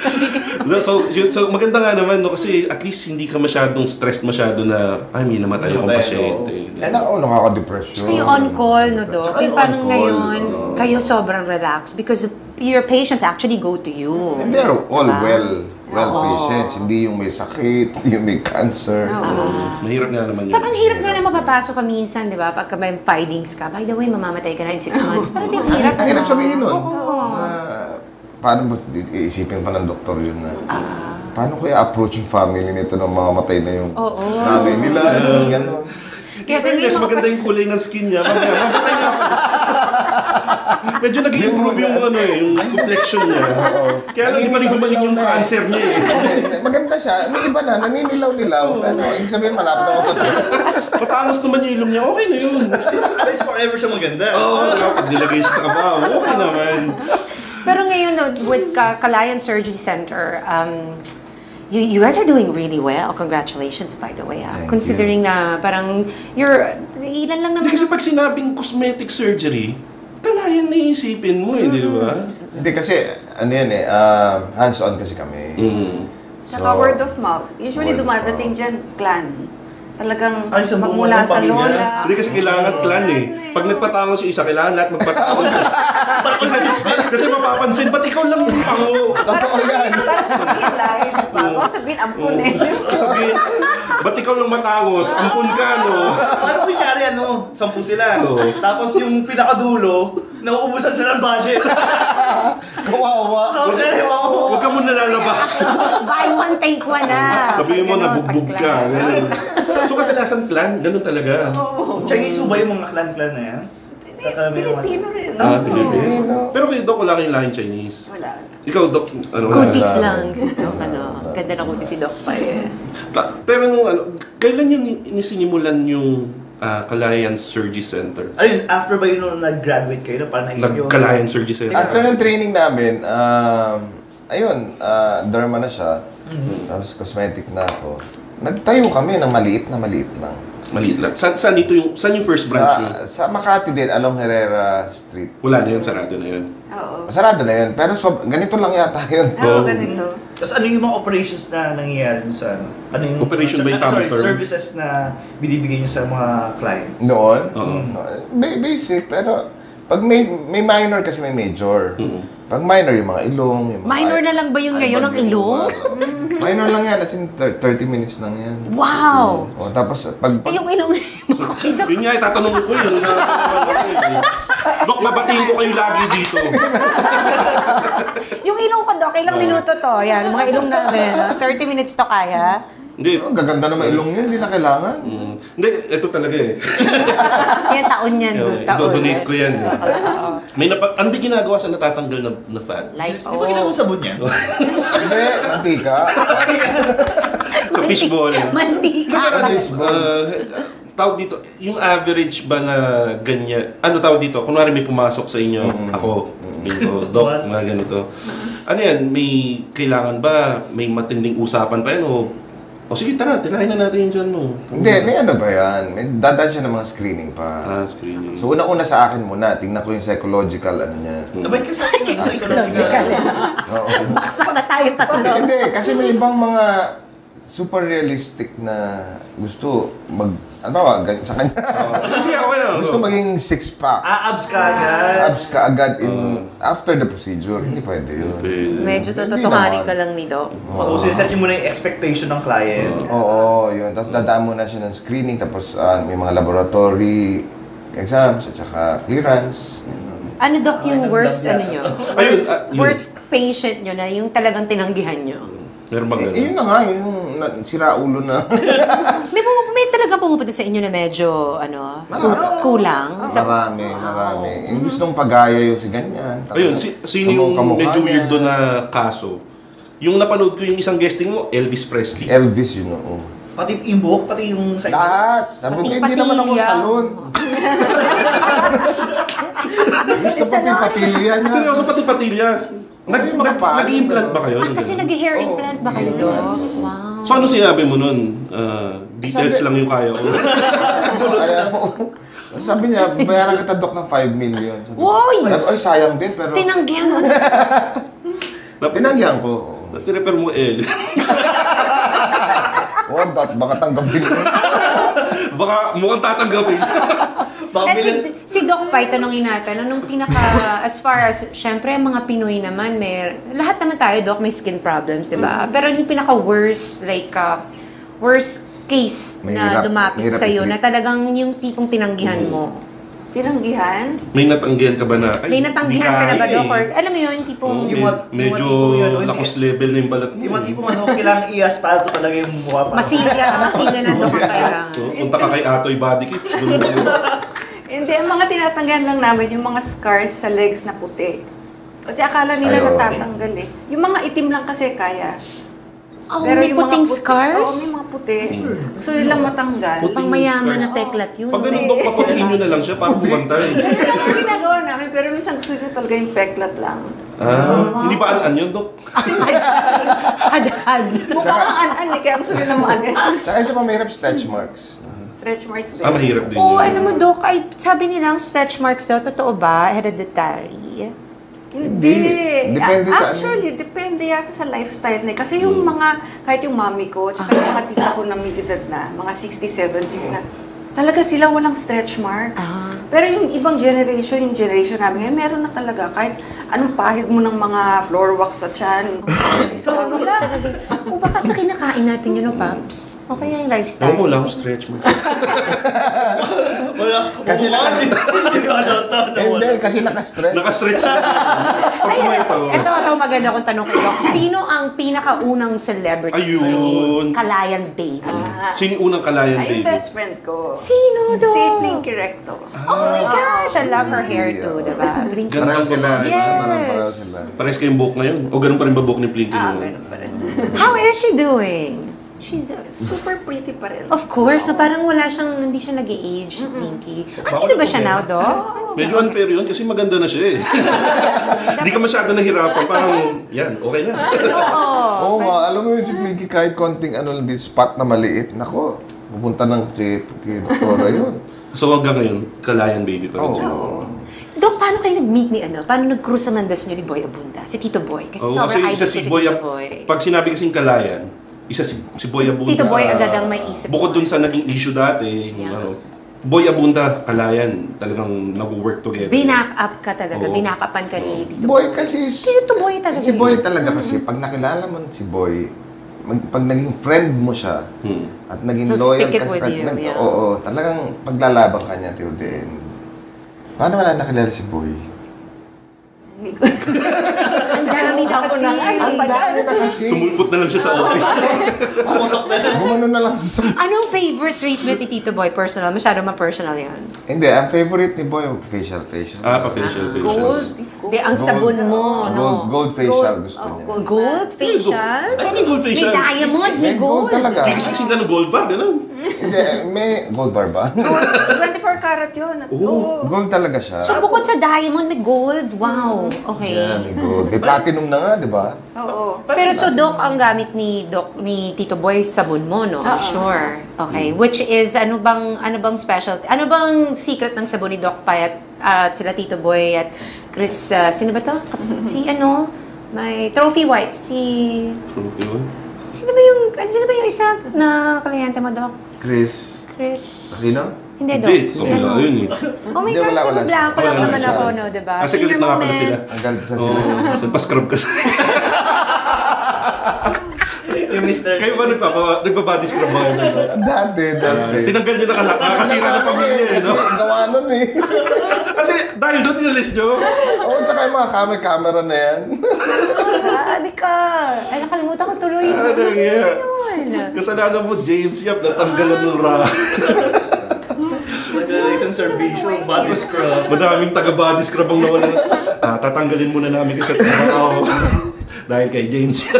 Speaker 4: so, yun, so maganda nga naman no, kasi at least hindi ka masyadong stressed masyado na, ay may namatay akong
Speaker 3: Namatay,
Speaker 4: pasyente.
Speaker 5: Eh,
Speaker 6: Ano?
Speaker 5: na, oh, nakaka-depression.
Speaker 6: Kayo on call, no, Dok?
Speaker 4: Tsaka
Speaker 6: Yung
Speaker 4: yung
Speaker 6: parang
Speaker 4: on call,
Speaker 6: ngayon,
Speaker 4: oo.
Speaker 6: kayo sobrang relaxed because your patients actually go to you.
Speaker 5: And they're Eh, all
Speaker 6: Diba?
Speaker 5: well, well
Speaker 6: Oo.
Speaker 5: patients. Hindi yung may sakit, hindi yung may cancer.
Speaker 4: Mahirap nga naman yun.
Speaker 6: Parang ang hirap nga na mapapasok ka minsan, di ba? Pagka may findings ka, by the way, mamamatay ka na in six months. Parang ang hirap.
Speaker 5: Ang hirap
Speaker 6: no?
Speaker 5: sabihin nun.
Speaker 6: Oo.
Speaker 5: Ah, paano ba iisipin pa ng doktor yun na? Paano kaya approach yung family nito na mamamatay na yung
Speaker 6: Oo.
Speaker 5: nanay nila? Ganun, ganun.
Speaker 6: Kasi
Speaker 4: Kasi
Speaker 6: ngayon,
Speaker 4: Fairness,
Speaker 6: mga
Speaker 4: maganda yung kulay ng skin niya. Mamaya, mamatay nga pala siya. Medyo nag-improve yung ano eh, yung complexion niya. Kaya lang hindi pa rin bumalik yung cancer niya eh.
Speaker 5: Maganda siya. May iba na, naninilaw-nilaw. Ano, ibig sabihin, malapit na mapatay.
Speaker 4: Matangos naman yung ilong niya, okay na yun.
Speaker 3: It's forever siya maganda.
Speaker 4: Oo, oh, pag nilagay siya sa kabaho, okay naman.
Speaker 6: Pero ngayon, no, with Ka- Kalayan Surgery Center, um, you, you guys are doing really well. Congratulations, by the way. ah.
Speaker 5: Thank
Speaker 6: Considering na parang you're, ilan lang naman.
Speaker 4: Hindi kasi pag sinabing cosmetic surgery, kalayan na iisipin mo eh, di ba?
Speaker 5: Hindi kasi, ano yan eh, ah, hands-on kasi kami.
Speaker 4: Mm.
Speaker 7: Tsaka
Speaker 5: So,
Speaker 7: word of mouth. Usually
Speaker 5: word of
Speaker 7: dumadating dyan, clan. Talagang
Speaker 3: Ay, sa buong ng
Speaker 7: magmula sa
Speaker 3: pamilya.
Speaker 7: lola.
Speaker 4: Hindi kasi kailangan clan eh. Pag nagpatangos yung isa, kailangan lahat magpatangos. kasi, kasi mapapansin, ba't ikaw lang yung pango?
Speaker 5: Totoo yan.
Speaker 7: Para sa kanila, eh. diba? Baka sabihin, ampun eh.
Speaker 4: Sabihin, ba't ikaw lang matangos? Ampun ka, no?
Speaker 3: Paano kunyari ano, sampu sila.
Speaker 4: Oo.
Speaker 3: Tapos yung pinakadulo, nauubusan sila ng budget.
Speaker 5: Kawawa.
Speaker 3: Okay, wow.
Speaker 4: Huwag ka mo nalalabas.
Speaker 6: Buy one, take one ah. na.
Speaker 4: Sabihin mo,
Speaker 6: Ganon,
Speaker 4: nabugbog ka.
Speaker 6: pag-clan.
Speaker 4: ganun. So, kadalasan clan, ganun talaga.
Speaker 3: Oh, Chinese ba yung mga clan-clan na yan?
Speaker 7: Hindi,
Speaker 3: Tatanungin mo naman.
Speaker 7: Pilipino rin.
Speaker 4: Ah,
Speaker 7: Oo.
Speaker 4: Pilipino. Pero kayo, Doc, wala kayong lahing Chinese.
Speaker 7: Wala.
Speaker 4: Ikaw, Doc, ano? wala.
Speaker 6: Kutis lang. Dok, ano, ang ganda na kutis si Doc pa eh.
Speaker 4: Ta- Pero nung ano, kailan yung ni- nisimulan yung ah, Kalayan Surgery Center?
Speaker 3: Ayun, after ba yun nung nag-graduate kayo na parang naisip yun?
Speaker 4: Nag-Kalayan Surgery
Speaker 5: After
Speaker 4: Center.
Speaker 5: ng training namin, um, ayun, ah, derma na siya. Tapos cosmetic na ako. Nagtayo kami ng maliit na maliit lang.
Speaker 4: Maliit lang. Saan, saan ito yung, saan yung first branch nyo?
Speaker 5: Sa, sa Makati din, along Herrera Street.
Speaker 4: Wala na yun, sarado na yun.
Speaker 7: Oo.
Speaker 5: Sarado na yun, pero sob- ganito lang yata yun.
Speaker 4: Oo.
Speaker 7: Ako ganito.
Speaker 3: Tapos ano yung mga operations na nangyayari dun sa ano? Ano yung
Speaker 4: Operation by
Speaker 3: ah, Sorry,
Speaker 4: Tamper.
Speaker 3: services na binibigay nyo sa mga clients?
Speaker 5: Noon?
Speaker 4: Oo.
Speaker 5: No, ba- basic, pero pag may, may minor kasi may major.
Speaker 4: Mm.
Speaker 5: Pag minor, yung mga ilong, yung mga
Speaker 6: Minor na lang ba yun ngayon, ang ilong?
Speaker 5: minor lang yan, as in thir- 30 minutes lang yan.
Speaker 6: Wow!
Speaker 4: Hmm.
Speaker 5: O, tapos pag...
Speaker 6: Ay, yung ilong makakita ko.
Speaker 4: Yun nga, itatanong ko yun. Yung nakakatawa ko yun. Dok, babatiin ko kayo lagi dito.
Speaker 6: Yung ilong ko, Dok,
Speaker 4: Ah.
Speaker 6: ilang minuto to? Yan, mga ilong namin. ah. 30 minutes to kaya.
Speaker 4: Hindi.
Speaker 5: Ang gaganda naman ilong yun, hindi na kailangan.
Speaker 4: Mm. Hindi, ito talaga eh.
Speaker 6: Kaya taon yan, Dok.
Speaker 4: Eh,
Speaker 6: Taon.
Speaker 4: Dodonate ko yan eh. May napa- ano ba ginagawa sa natatanggal na, na fat?
Speaker 6: Life,
Speaker 3: Di ba ginagawa
Speaker 6: oh.
Speaker 3: sabon yan?
Speaker 5: Hindi, mantika.
Speaker 4: Sa ano? fishball.
Speaker 5: Ah,
Speaker 6: Mantika.
Speaker 4: Uh, tawag dito, yung average ba na ganyan, ano tawag dito, kunwari may pumasok sa inyo,
Speaker 5: Mm.
Speaker 4: ako, bingo, doc, mga ganito. Ano yan, may kailangan ba, may matinding usapan pa yan o, o sige tara, tinahin na natin yung dyan mo.
Speaker 5: Hindi, may ano ba yan? May dadaan siya ng mga screening pa.
Speaker 4: Ah, screening.
Speaker 5: So, una-una sa akin muna, tingnan ko yung psychological, ano niya.
Speaker 3: Abay kasi ako ng
Speaker 6: Psychological.
Speaker 5: Oo.
Speaker 6: Baksak na tayo tatlo.
Speaker 5: Hindi, kasi may ibang mga super realistic na gusto mag... Ano ba, gan- sa kanya?
Speaker 4: Sige, sige, okay na.
Speaker 5: gusto maging six-pack.
Speaker 3: Ah, abs ka agad.
Speaker 5: abs ka agad in, after the procedure. Hindi pwede yun.
Speaker 6: Medyo
Speaker 5: Hindi
Speaker 6: tototohanin
Speaker 5: naman.
Speaker 6: ka lang ni Dok.
Speaker 3: So, sinaset mo na yung expectation ng client.
Speaker 4: Uh.
Speaker 5: Oo, yun. Tapos dadaan muna siya ng screening, tapos ah, may mga laboratory exams at saka clearance.
Speaker 6: Ano, Dok, yung
Speaker 3: Ay,
Speaker 6: worst,
Speaker 3: nagdadya.
Speaker 6: ano nyo?
Speaker 4: Ayun,
Speaker 6: Worst,
Speaker 4: ah, yun.
Speaker 6: worst patient nyo na yung talagang tinanggihan nyo.
Speaker 4: Meron bang
Speaker 5: Eh,
Speaker 4: ganun?
Speaker 5: yun na nga, yung na, sira ulo na.
Speaker 6: May, pumu- may talaga pumupunta sa inyo na medyo, ano, ku-
Speaker 5: Ah,
Speaker 6: kulang. So,
Speaker 5: marami, marami. Yung gustong pagaya yung si ganyan. Talaga,
Speaker 4: Ayun, si, sino yung
Speaker 5: kamukha
Speaker 4: medyo
Speaker 5: niya.
Speaker 4: weird doon na kaso? Yung napanood ko yung isang guesting mo, Elvis Presley.
Speaker 5: Elvis yun, oo.
Speaker 3: Pati yung buhok, pati yung sa
Speaker 5: Lahat! Sabi ko,
Speaker 6: Pati-
Speaker 5: hindi naman ako
Speaker 6: patilya.
Speaker 5: salon. Gusto pa pipatilya
Speaker 3: Ah.
Speaker 5: niya.
Speaker 4: Seryoso, pati patilya. Nag,
Speaker 5: Ay, mga
Speaker 4: nag,
Speaker 5: paano,
Speaker 4: nag-implant
Speaker 3: ano?
Speaker 4: ba kayo?
Speaker 6: ah, kasi nag-hair
Speaker 5: Oo.
Speaker 6: implant ba kayo,
Speaker 5: Yun.
Speaker 6: Dok? Wow.
Speaker 4: So ano sinabi mo nun? Ah, details
Speaker 5: Sabi-
Speaker 4: lang yung kaya ko.
Speaker 5: Kaya mo, sabi niya, bayaran kita dok ng 5 million. Sabi ko,
Speaker 6: Uy!
Speaker 5: Sabi ko, Ay, sayang din, pero
Speaker 6: Tinanggihan mo na.
Speaker 5: tinanggihan ko.
Speaker 4: Tineper mo El.
Speaker 5: Oh, ba't baka tanggapin mo?
Speaker 4: Baka mukhang tatanggapin.
Speaker 6: At si, si Doc Pai, tanongin natin, anong pinaka, as far as, syempre, ang mga Pinoy naman, may, lahat naman tayo, Doc, may skin problems, di
Speaker 4: Mm-hmm.
Speaker 6: ba? Pero yung pinaka-worst, like, uh, worst case na
Speaker 5: Mahirap-
Speaker 6: lumapit
Speaker 5: mahirap
Speaker 6: sa'yo, na
Speaker 5: i-treat.
Speaker 6: talagang yung tipong tinanggihan mo.
Speaker 7: Tinanggihan?
Speaker 4: May natanggihan ka ba na? Mm-hmm. Ay,
Speaker 6: May natanggihan
Speaker 4: di
Speaker 6: ka na ba,
Speaker 4: kaya
Speaker 6: Doc?
Speaker 4: eh.
Speaker 6: Or, alam mo yun, yung tipong,
Speaker 4: Oh,
Speaker 3: Yung mga-
Speaker 4: med-
Speaker 3: yung
Speaker 4: medyo
Speaker 3: mga tipo yun,
Speaker 4: lakos level na yung balat mo. eh.
Speaker 3: Yung mga tipong ano, kailangan i-asphalto talaga yung mukha
Speaker 4: Mm-hmm.
Speaker 3: pa.
Speaker 6: masilya, masilya na Doc ang kailangan.
Speaker 4: So, punta ka kay Atoy Body Kits. Doon mo.
Speaker 7: Hindi, ang mga tinatanggihan lang namin yung mga scars sa legs na puti. Kasi akala nila
Speaker 5: Ay, oo.
Speaker 7: natatanggal eh. Yung mga itim lang kasi kaya.
Speaker 6: Oh, may puting
Speaker 7: puti-
Speaker 6: scars?
Speaker 7: Oo, may mga puti. Gusto nilang matanggal.
Speaker 4: Puti.
Speaker 6: Pang mayaman na teklat yun. eh.
Speaker 4: Pag ganun, Doc, papatiin nyo na lang siya para bumantay.
Speaker 7: Kaya lang yung ginagawa namin, pero minsan gusto nila talaga yung peklat lang.
Speaker 4: Ah, hindi ba an-an yun, Doc?
Speaker 6: Had-had.
Speaker 7: Mukha ang an-an eh, kaya gusto nila maalis.
Speaker 5: Sa isa pa mahirap stretch marks.
Speaker 7: Stretch marks din.
Speaker 4: Ah, mahirap din.
Speaker 6: Oo,
Speaker 4: yun.
Speaker 6: ano mo, Doc, ay, sabi nila ang stretch marks daw, totoo ba? Hereditary?
Speaker 7: Hindi.
Speaker 5: Hindi. Depende
Speaker 7: Ah,
Speaker 5: sa ano.
Speaker 7: Actually, depende yata sa lifestyle na. eh. Kasi yung mga, kahit yung mami ko, tsaka yung mga tita ko na may edad na, mga 60s, 70s na, talaga sila walang stretch marks.
Speaker 6: Ah.
Speaker 7: Pero yung ibang generation, yung generation namin ngayon, meron na talaga. Kahit anong pahid mo ng mga floor wax sa tiyan. so, wala.
Speaker 6: O baka sa kinakain natin yun, no, Paps? O kaya yung
Speaker 4: Ewan
Speaker 6: lifestyle.
Speaker 4: ko, wala akong stretch mo.
Speaker 3: Wala.
Speaker 5: Kasi
Speaker 3: Oo,
Speaker 5: na-
Speaker 3: kasi nagkakata na wala.
Speaker 5: Hindi, kasi nakastretch.
Speaker 4: Naka-stretch na. Pag
Speaker 6: Ay,
Speaker 4: kumain pa ako.
Speaker 6: ito, ito, maganda kong tanong kay Doc. Sino ang pinakaunang celebrity?
Speaker 4: Ayun.
Speaker 6: Kalayan baby.
Speaker 7: Ah.
Speaker 4: Sino yung unang kalayan,
Speaker 7: Ay, yung
Speaker 4: David?
Speaker 7: best friend ko.
Speaker 6: Sino, Doc?
Speaker 7: Si Pinky Recto.
Speaker 5: Ah,
Speaker 6: Oh my gosh, I love her hair too, diba? Blinky.
Speaker 4: Ganun
Speaker 5: Parang sila.
Speaker 4: Yes.
Speaker 5: Parang parang sila.
Speaker 4: Pares kayong buhok ngayon. O ganun pa rin ba buhok ni Plinky?
Speaker 7: Ah,
Speaker 4: noon?
Speaker 7: ganun pa rin.
Speaker 6: How is she doing? She's,
Speaker 7: Super pretty pa rin.
Speaker 6: of course, so parang wala siyang, hindi siya nag-age, Pinky. Andito ba siya now, Doc?
Speaker 4: Medyo unfair yun kasi maganda na siya eh. Hindi ka masyado nahirapan. Parang, yan, okay na.
Speaker 6: Oo.
Speaker 5: Oo nga, alam mo yun si Pinky, kahit konting ano lang din, spot na maliit, nako, pupunta ng kay, kay doktora yun.
Speaker 4: so hanggang ngayon, kalayan baby pa rin
Speaker 5: Oo.
Speaker 4: siya.
Speaker 6: Dok, paano kayo nag-meet ni ano? Paano nag-cruise sa landas niyo ni Boy Abunda? Si Tito Boy. Kasi
Speaker 4: Oo,
Speaker 6: sobrang idol
Speaker 4: isa
Speaker 6: ko
Speaker 4: si
Speaker 6: si
Speaker 4: Boy,
Speaker 6: Tito
Speaker 4: Ab-
Speaker 6: Boy.
Speaker 4: pag sinabi kasing kalayan, isa si, si Boy
Speaker 6: Si
Speaker 4: Abunda.
Speaker 6: Tito Boy
Speaker 4: sa-
Speaker 6: agad ang may isip
Speaker 4: Bukod
Speaker 6: ko. eh.
Speaker 4: dun sa naging issue dati,
Speaker 6: Yeah.
Speaker 4: ano, Boy Abunda, Kalayan, talagang nag-work together.
Speaker 6: Binak up ka talaga.
Speaker 4: Oo.
Speaker 6: Binakapan ka ni Tito
Speaker 5: Boy kasi... is-
Speaker 6: Cute to boy talaga.
Speaker 5: Si Boy
Speaker 6: eh.
Speaker 5: talaga kasi, pag nakilala mo si Boy, mag- pag naging friend mo siya,
Speaker 4: Hmm.
Speaker 5: at naging
Speaker 6: He'll
Speaker 5: loyal
Speaker 6: stick it
Speaker 5: ka
Speaker 6: with
Speaker 5: sa
Speaker 6: you, yeah.
Speaker 5: Oo, talagang paglalaban ka niya till the end. Paano wala nakilala si Boy?
Speaker 7: Hindi ko.
Speaker 6: Ang dami na kasi.
Speaker 7: Ang
Speaker 5: Dami na kasi.
Speaker 4: Sumulpot na lang siya sa office.
Speaker 5: Gumano na lang sa...
Speaker 6: Anong favorite treatment ni Tito Boy? Personal? Masyado ma-personal yan.
Speaker 5: Hindi, ang favorite ni Boy, facial, facial.
Speaker 4: ah, pa-facial, facial.
Speaker 7: Gold.
Speaker 6: Hindi, ang sabon mo, no?
Speaker 5: Gold, gold facial gusto
Speaker 7: Oh,
Speaker 5: niya.
Speaker 7: gold.
Speaker 6: Gold facial?
Speaker 4: Ay, may gold facial.
Speaker 6: May diamond, may
Speaker 5: May gold
Speaker 6: gold.
Speaker 5: talaga.
Speaker 4: Kikising ka ng gold bar, gano'n.
Speaker 5: Hindi, eh, may gold bar ba?
Speaker 7: 24 karat yun. Oo.
Speaker 5: Gold talaga siya.
Speaker 6: So, bukod sa diamond, may gold. Wow.
Speaker 5: Yeah,
Speaker 6: Okay.
Speaker 5: may gold. May platinum na nga, di ba?
Speaker 7: Oo.
Speaker 6: Pero so, Doc, ang gamit ni Doc, ni Tito Boy, sabon mo, no?
Speaker 7: Oo.
Speaker 6: Sure. Okay. Which is, ano bang, ano bang special, ano bang secret ng sabon ni Doc Payat at sila Tito Boy at Chris, ah, sino ba to? Si ano? May trophy wife. Si, sino ba yung, ah, sino ba yung isa na kliyente mo, Doc?
Speaker 5: Chris.
Speaker 6: Chris?
Speaker 5: Sino?
Speaker 6: Hindi, Doc.
Speaker 4: Hindi,
Speaker 6: Si
Speaker 4: okay
Speaker 6: ano?
Speaker 4: lang. Ayun eh.
Speaker 6: Oh my
Speaker 5: Hindi, wala,
Speaker 6: gosh,
Speaker 5: wala.
Speaker 6: blanco
Speaker 4: Wala
Speaker 6: lang
Speaker 4: naman
Speaker 6: naman
Speaker 4: siya.
Speaker 6: ako, no, diba?
Speaker 4: Ah, secret
Speaker 6: Senior
Speaker 4: na nga pala
Speaker 6: moment.
Speaker 4: sila.
Speaker 5: Ang galit sa
Speaker 4: Oo,
Speaker 5: sila.
Speaker 4: nagpa-scrub ka sa... eh.
Speaker 3: Yung Mr.
Speaker 4: Kayo ba nagpapa, nagbabody scrub ba kayo?
Speaker 5: Dati, dati.
Speaker 4: Tinanggal niyo na kalak, nakakasira na pamilya eh, no?
Speaker 5: Kasi ang gawa nun eh.
Speaker 4: Kasi dahil doon inalis niyo.
Speaker 5: Oo, tsaka yung mga camera-camera na yan.
Speaker 6: Grabe ka! Ay, nakalimutan ko tuloy.
Speaker 4: Ah,
Speaker 6: Ano
Speaker 4: nangyayari.
Speaker 6: yun?
Speaker 4: Kasalanan mo, James Yap, natanggalan ng ra.
Speaker 3: Nagla-license servicio, body scrub.
Speaker 4: Madaming taga-body scrub ang nawala. Ah, tatanggalin muna namin kasi trabaho. dahil kay James.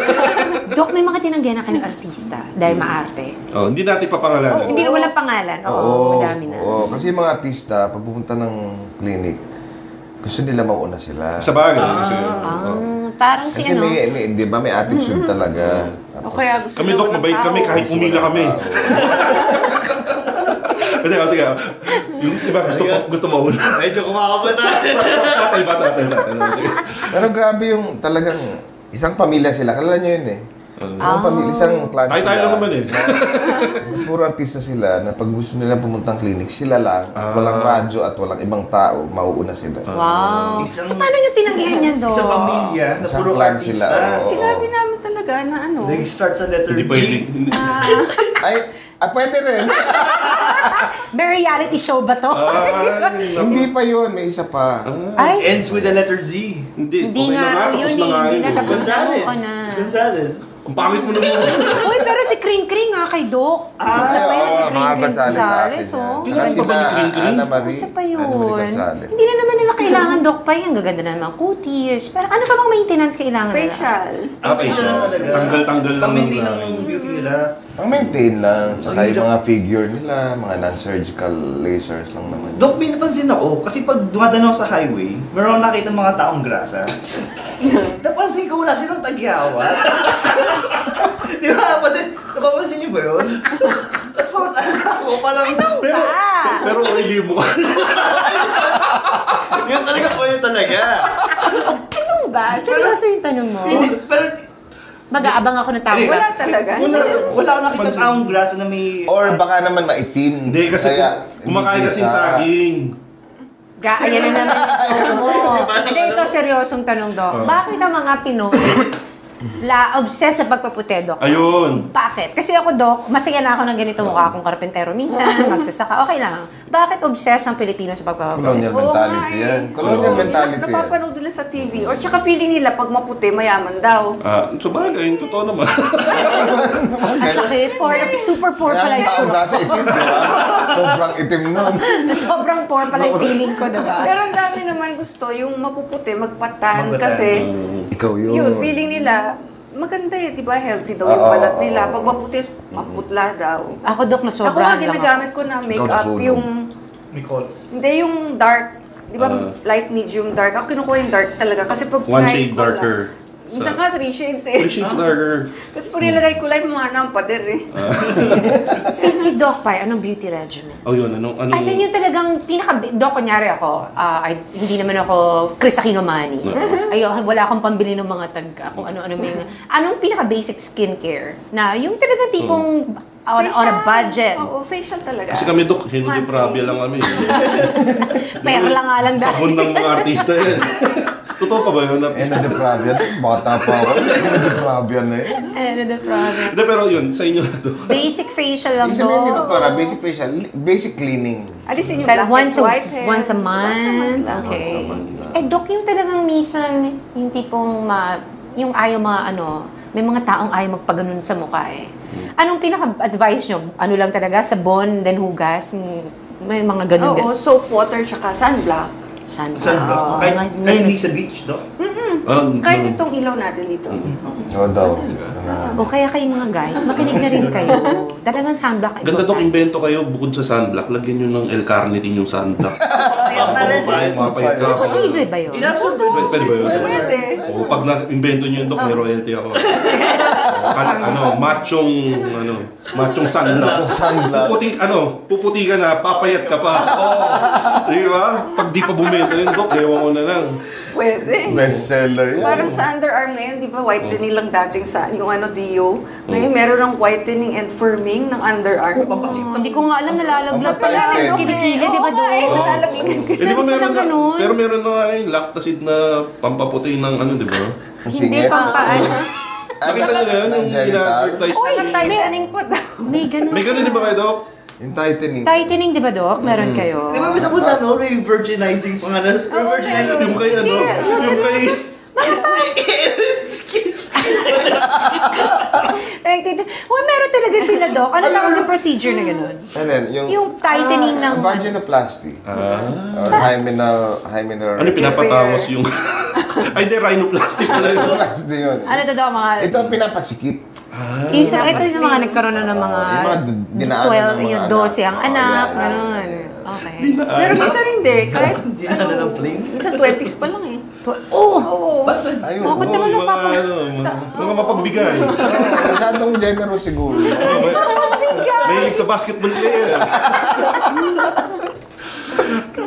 Speaker 6: Dok, may mga tinanggihan na kayong artista dahil
Speaker 5: Hmm.
Speaker 6: maarte.
Speaker 4: oh, hindi natin papangalanan.
Speaker 6: Hindi na walang pangalan. Oo, madami na.
Speaker 5: Oo, kasi yung mga artista, pag pupunta ng clinic, gusto nila mauna sila.
Speaker 4: Sa bagay. kasi,
Speaker 6: Ah,
Speaker 4: oh.
Speaker 6: parang si
Speaker 5: Kasi
Speaker 6: ano, Mm-hmm.
Speaker 5: may, may, di ba may attitude talaga.
Speaker 7: O kaya gusto
Speaker 4: Kami
Speaker 7: niya
Speaker 4: dok,
Speaker 7: walang
Speaker 4: mabait kami
Speaker 7: tao.
Speaker 4: kahit umila kami. Hindi, oh, sige. Yung iba gusto ko, gusto mo una.
Speaker 3: Medyo kumakapata.
Speaker 4: sa atin ba? Sa atin, sa atin. Sige.
Speaker 5: Pero grabe yung talagang isang pamilya sila. Kalala nyo yun eh. Isang pamilya, isang
Speaker 6: Ah.
Speaker 5: clan
Speaker 4: Tayo Ano? tayo lang naman eh.
Speaker 5: Puro artista sila na pag gusto nila pumuntang clinic, sila lang.
Speaker 4: Ah.
Speaker 5: Walang radyo at walang ibang tao, mauuna sila.
Speaker 6: wow.
Speaker 3: Isang-
Speaker 6: so, paano niyo tinanggihan yan, Dok?
Speaker 3: Isang pamilya na
Speaker 5: Isang
Speaker 3: puro
Speaker 5: clan
Speaker 3: artista.
Speaker 5: sila, oo.
Speaker 7: Sinabi namin talaga na ano.
Speaker 3: Nag-start sa letter
Speaker 4: Hindi
Speaker 3: G.
Speaker 4: pwede. Hindi-
Speaker 5: Ay, ah, pwede rin.
Speaker 6: May reality show ba to?
Speaker 5: Ah.
Speaker 6: Ah.
Speaker 4: Ay, naku.
Speaker 5: Hindi pa yun, may isa pa.
Speaker 4: Ah.
Speaker 6: Ay,
Speaker 3: Ends with the letter Z.
Speaker 4: Hindi, Ano?
Speaker 6: Hindi nga
Speaker 4: okay na nga,
Speaker 6: raw
Speaker 4: tapos
Speaker 6: yun
Speaker 4: na
Speaker 6: eh,
Speaker 4: nga
Speaker 6: hindi
Speaker 4: yun.
Speaker 6: na tapos.
Speaker 3: Gonzales.
Speaker 6: Ako na.
Speaker 3: Gonzales.
Speaker 4: Ang pangit mo naman.
Speaker 6: Uy, pero si Kring Kring ah, kay Doc. Ah, Usap pa yan si Kring Kring Gonzales, oh.
Speaker 4: Hindi lang pa ba ni Kring Kring?
Speaker 5: Ana Marie.
Speaker 6: Usap pa
Speaker 5: Ana Marie
Speaker 6: yun.
Speaker 5: Ano Gonzales.
Speaker 6: Hindi na naman nila kailangan, Doc, pa yan. Gaganda na ng mga cuties. Pero ano pa bang maintenance kailangan nila?
Speaker 7: Facial.
Speaker 4: Okay, so, tanggal-tanggal lang.
Speaker 3: Pamitin
Speaker 4: ng- ano.
Speaker 3: lang yung beauty nila.
Speaker 5: Ang maintain lang. Tsaka yung
Speaker 3: hirap.
Speaker 5: mga figure nila, mga non-surgical lasers lang naman.
Speaker 3: Dok, may napansin ako, kasi pag dumadaan ako sa highway, meron nakita mga taong grasa. napansin ko wala silang tagyawa. Di ba? Napansin, napapansin niyo ba yun? Sort ako, parang...
Speaker 4: Pero,
Speaker 6: Ah,
Speaker 4: pero oily mo ka.
Speaker 3: yun talaga po yun talaga.
Speaker 6: Ano ba? Seryoso yung tanong mo?
Speaker 3: Hindi, pero...
Speaker 6: Mag-aabang ako ng tawag.
Speaker 3: Hindi.
Speaker 7: Wala talaga.
Speaker 3: Wala, wala ako nakita taong grasa na may...
Speaker 5: Or baka naman maitim.
Speaker 4: Hindi, kasi
Speaker 5: Kaya,
Speaker 4: kumakain
Speaker 5: hindi
Speaker 4: kasing
Speaker 5: kita.
Speaker 4: saging.
Speaker 6: Ga, ayan na naman yung tanong mo. Hindi, ito seryosong tanong, Doc. Bakit ang mga Pinoy la-obsess sa pagpapute, Doc?
Speaker 4: Ayun.
Speaker 6: Bakit? Kasi ako, Doc, masaya na ako ng ganito mukha akong karpentero minsan, magsasaka, okay lang. Bakit obsessed ang Pilipino sa pagpapapute?
Speaker 5: Colonial mentality
Speaker 7: nga eh.
Speaker 5: yan. Colonial
Speaker 7: Oo,
Speaker 5: mentality
Speaker 7: yun,
Speaker 5: yan.
Speaker 7: Napapanood nila sa TV. Or tsaka feeling nila pag maputi, mayaman daw.
Speaker 4: Ah, so bagay, yung totoo naman.
Speaker 6: Ang sakit, poor, super poor pala
Speaker 5: Kaya ang
Speaker 6: yung
Speaker 5: taong
Speaker 6: sure.
Speaker 5: brasa itim, di ba? Sobrang itim nun.
Speaker 6: Sobrang poor pala yung feeling ko, diba?
Speaker 7: Pero ang dami naman gusto yung mapuputi, magpatan.
Speaker 3: Magpatan.
Speaker 7: Kasi
Speaker 5: Ikaw yun.
Speaker 7: yun, feeling nila, maganda eh, di ba? Healthy daw yung
Speaker 5: Oo,
Speaker 7: balat
Speaker 5: oo,
Speaker 7: nila.
Speaker 5: oo. Mm-hmm.
Speaker 7: Pag maputi, maputla daw.
Speaker 6: Ako, Doc, na
Speaker 7: Ako nga
Speaker 6: sobrang lang. ako.
Speaker 7: ginagamit ko na makeup
Speaker 5: Ikaw, Suno.
Speaker 7: yung,
Speaker 3: Nicole.
Speaker 7: hindi yung dark, di ba
Speaker 4: Ah.
Speaker 7: light, medium, dark. Ako kinukuha yung dark talaga kasi pag
Speaker 4: One
Speaker 7: night
Speaker 4: shade
Speaker 7: ko lang-
Speaker 4: darker.
Speaker 7: Minsan nga, three shades eh.
Speaker 4: Three
Speaker 6: Ah.
Speaker 4: shades Ah. darker.
Speaker 7: Kasi po nilagay kulay mga ng pader eh.
Speaker 6: Si, si Doc Pai, anong beauty regimen?
Speaker 4: Oh, yun. Anong, anong...
Speaker 6: As in, yung talagang pinaka... Doc, kunyari ako, ah, ay- hindi naman ako Chris Aquinomani.
Speaker 4: Oo.
Speaker 6: Ayo, oh, wala akong pambili ng mga tagka, kung ano-ano may... Anong pinaka-basic skincare na yung talaga tipong on, on a
Speaker 7: Facial.
Speaker 6: budget?
Speaker 7: Oo, facial talaga.
Speaker 4: Kasi kami, Dok, hindi
Speaker 7: Monthly.
Speaker 4: probya lang kami.
Speaker 6: Perla nga lang dahil.
Speaker 4: Sabon ng mga artista yan. Totoo pa ba yun,
Speaker 5: End
Speaker 4: artista?
Speaker 5: of the problem. Bata pa ako. End of the problem na eh.
Speaker 6: Ano the problem?
Speaker 4: Hindi, pero yun, sa inyo na to.
Speaker 6: Basic facial lang,
Speaker 5: Ibig sabihin ni
Speaker 6: Doc.
Speaker 5: Doktora, basic facial, basic cleaning.
Speaker 7: Alisin yung
Speaker 6: Kaya
Speaker 7: black
Speaker 6: once a,
Speaker 7: white hair.
Speaker 6: once a month.
Speaker 7: lang.
Speaker 6: Okay.
Speaker 4: Once a month lang.
Speaker 6: Eh, Doc, yung talagang minsan, yung tipong ma, yung ayaw ma, ano, may mga taong ayaw magpaganon sa mukha eh.
Speaker 4: Hmm.
Speaker 6: Anong pinaka-advice nyo? Ano lang talaga? Sabon, then hugas? Mm, May mga ganun.
Speaker 7: Oo,
Speaker 6: ganun.
Speaker 7: soap, water, tsaka sunblock.
Speaker 6: Sunblock.
Speaker 3: Sunblock.
Speaker 6: Oo,
Speaker 3: Kahit,
Speaker 6: nga-
Speaker 3: kahit hindi sa beach, Dok.
Speaker 4: Um,
Speaker 7: Kahit itong ilaw natin dito.
Speaker 4: Mm-hmm.
Speaker 5: Oo Ano daw.
Speaker 6: O kaya kayo mga guys, makinig na rin kayo. Talagang sunblock. ay
Speaker 4: Ganda dok,
Speaker 6: important.
Speaker 4: invento kayo bukod sa sunblock, lagyan nyo ng L-carnitine yung sunblock.
Speaker 7: Kaya parang,
Speaker 4: Mapapapayat, mapapayat ka.
Speaker 6: Posible ba yun?
Speaker 4: Inabsorb ba Pwede ba yun?
Speaker 7: pwede.
Speaker 4: O, pag na-invento nyo yun, Dok, may royalty ako. Kan- ano, machong, ano, machong sunblock.
Speaker 5: Sunblock.
Speaker 4: Puputi, ano, puputi ka na, papayat ka pa. Oo. Di ba? Pag di pa bumento yun, Dok, ewan ko na lang.
Speaker 7: Pwede.
Speaker 5: Best seller yan.
Speaker 7: Parang sa underarm ngayon, di ba
Speaker 4: Mm.
Speaker 7: whitening lang dating sa yung ano, DO. Ngayon meron ng whitening and firming ng underarm.
Speaker 3: Pampasit ng
Speaker 6: Hindi ko nga alam, nalalaglag pala.
Speaker 5: Ang papayatin.
Speaker 6: Kilikili, di ba
Speaker 7: Oo nga eh,
Speaker 6: doon?
Speaker 7: nalalaglag.
Speaker 4: Eh, di ba meron
Speaker 6: Parang
Speaker 4: na,
Speaker 6: ganun.
Speaker 4: pero meron na nga yun, lactacid na pampaputi ng ano, di ba?
Speaker 5: Ang
Speaker 6: Hindi,
Speaker 5: singit.
Speaker 6: pampaan.
Speaker 4: Nakita nyo na yun, yung
Speaker 5: Genital.
Speaker 4: ina-advertise.
Speaker 7: Uy, tightening po daw.
Speaker 6: May ganun.
Speaker 4: May ganun, di ba kayo, Dok?
Speaker 5: Yung tightening.
Speaker 6: Tightening, di ba, Doc?
Speaker 5: Mm.
Speaker 6: Meron kayo.
Speaker 3: Di ba may sabon na, no? Re-virginizing pa nga na. Re-virginizing.
Speaker 4: Yung kay, ano, yung kay...
Speaker 6: Tightening. Well, meron talaga sila, Doc. Ano tawag sa procedure na ganun?
Speaker 5: And then, Ano yung...
Speaker 6: Yung tightening ng...
Speaker 5: Ah, Vaginoplasty.
Speaker 4: Ah.
Speaker 5: Or hymenal... Hymenal...
Speaker 4: Ano pinapatangos yung... Ay, hindi, rhinoplasty pala yun.
Speaker 5: Plasty yun.
Speaker 6: Ano to, Doc? Mga...
Speaker 5: Ito ang pinapasikip.
Speaker 6: isa, ito yung mga nagkaroon na ng mga...
Speaker 5: Oh, Yung mga d- dinaanan
Speaker 6: 12,
Speaker 5: ng mga
Speaker 6: yung
Speaker 5: anak. Oh,
Speaker 6: 12 ang
Speaker 5: Oo,
Speaker 6: anak.
Speaker 5: yan.
Speaker 6: Ganun. Okay.
Speaker 7: Pero minsan hindi. Kahit,
Speaker 3: Ah, Hindi na na ng plane.
Speaker 7: minsan 20s pa lang eh.
Speaker 6: Tw- Oh!
Speaker 7: Oo.
Speaker 3: Ba't yun?
Speaker 5: Ayun.
Speaker 6: Bakit
Speaker 4: Oo,
Speaker 6: naman
Speaker 4: yung mga,
Speaker 6: nagpapa-
Speaker 4: ano, mga, mga mapagbigay.
Speaker 5: Masyadong generous siguro.
Speaker 4: Mahilig sa basketball player.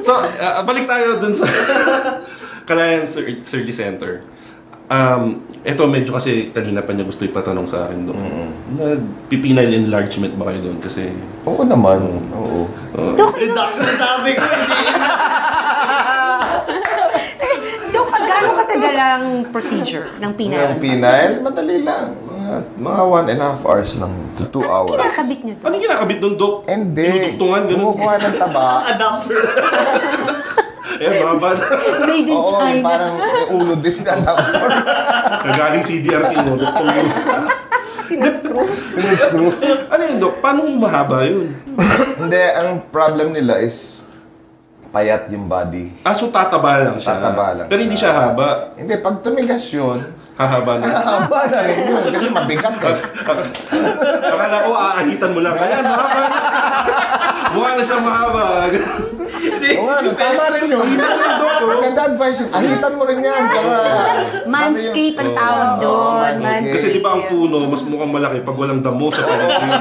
Speaker 4: so, ah, balik tayo dun sa Kalayan Sur- Surgery Center. Um, eto medyo kasi kanina pa niya gusto ipatanong sa akin doon. Nagpipinal enlargement ba kayo doon? Kasi...
Speaker 5: Oo naman. Oo.
Speaker 4: Uh,
Speaker 6: Dok,
Speaker 3: Eh, Doc, sabi ko, hindi.
Speaker 6: Dok, gano'ng ah, katagal ang procedure ng
Speaker 5: Yung
Speaker 6: pinal?
Speaker 5: penile, madali lang. Mga, mga one and a half hours lang. To two hours.
Speaker 6: Kinakabit nyo to.
Speaker 4: ano kinakabit doon, Dok?
Speaker 5: Hindi.
Speaker 4: Tinutugtungan, ganun.
Speaker 5: Kumukuha ng taba.
Speaker 3: Adapter.
Speaker 4: Eh, baba na.
Speaker 6: Made in
Speaker 5: Oo, yung
Speaker 6: China.
Speaker 5: parang may ulo din na adapter.
Speaker 4: Nagaling CDRT mo, Dok.
Speaker 7: Sinascrew.
Speaker 5: Sinuscrew.
Speaker 4: Ano yun, Dok? Paano mahaba yun?
Speaker 5: Hindi, ang problem nila is payat yung body.
Speaker 4: Ah, so tataba lang siya.
Speaker 5: Tataba lang
Speaker 4: Pero hindi
Speaker 5: siya.
Speaker 4: siya haba.
Speaker 5: Hindi, pag tumigas yun,
Speaker 4: Hahaba na.
Speaker 5: haba na rin yun kasi mabigat eh.
Speaker 4: Akala ko aahitan mo lang. Ayan, mahaba na. Mukha na siyang mahaba.
Speaker 5: Oo nga, no, tama rin yun. Maganda advice yun. Ahitan mo rin yan para...
Speaker 6: Manscape ang
Speaker 4: Oo.
Speaker 6: tawag
Speaker 5: Oo,
Speaker 6: doon.
Speaker 5: manscape.
Speaker 6: Manscape.
Speaker 4: Kasi di ba ang puno, mas mukhang malaki pag walang damo sa paligid.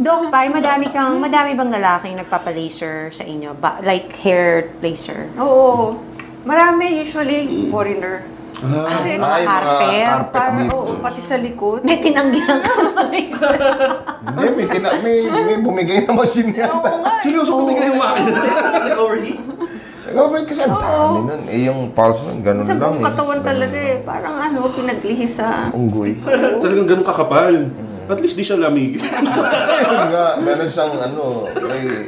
Speaker 6: Dok, Pai, madami kang, madami bang lalaking nagpapalaser sa inyo? Ba, like hair laser?
Speaker 7: Oo. Marami usually foreigner. Kasi
Speaker 6: Mga
Speaker 5: Ah, Ay, mga
Speaker 6: carpet.
Speaker 5: carpet
Speaker 7: para,
Speaker 5: dito.
Speaker 7: oo, pati sa likod.
Speaker 6: May tinanggi ang kamay.
Speaker 5: Hindi, may, tina, may, may bumigay na machine yata.
Speaker 4: Seryoso, bumigay yung makina.
Speaker 3: Nag-overheat.
Speaker 5: Government kasi ang dami nun. Eh, yung pulse nun, ganun lang
Speaker 7: Sa
Speaker 5: eh.
Speaker 7: buong katawan talaga eh. Parang ano, pinaglihi sa...
Speaker 5: Unggoy.
Speaker 4: Talagang ganun kakapal.
Speaker 5: Mm.
Speaker 4: At least di siya lamig.
Speaker 5: Ayun nga, meron siyang ano, may...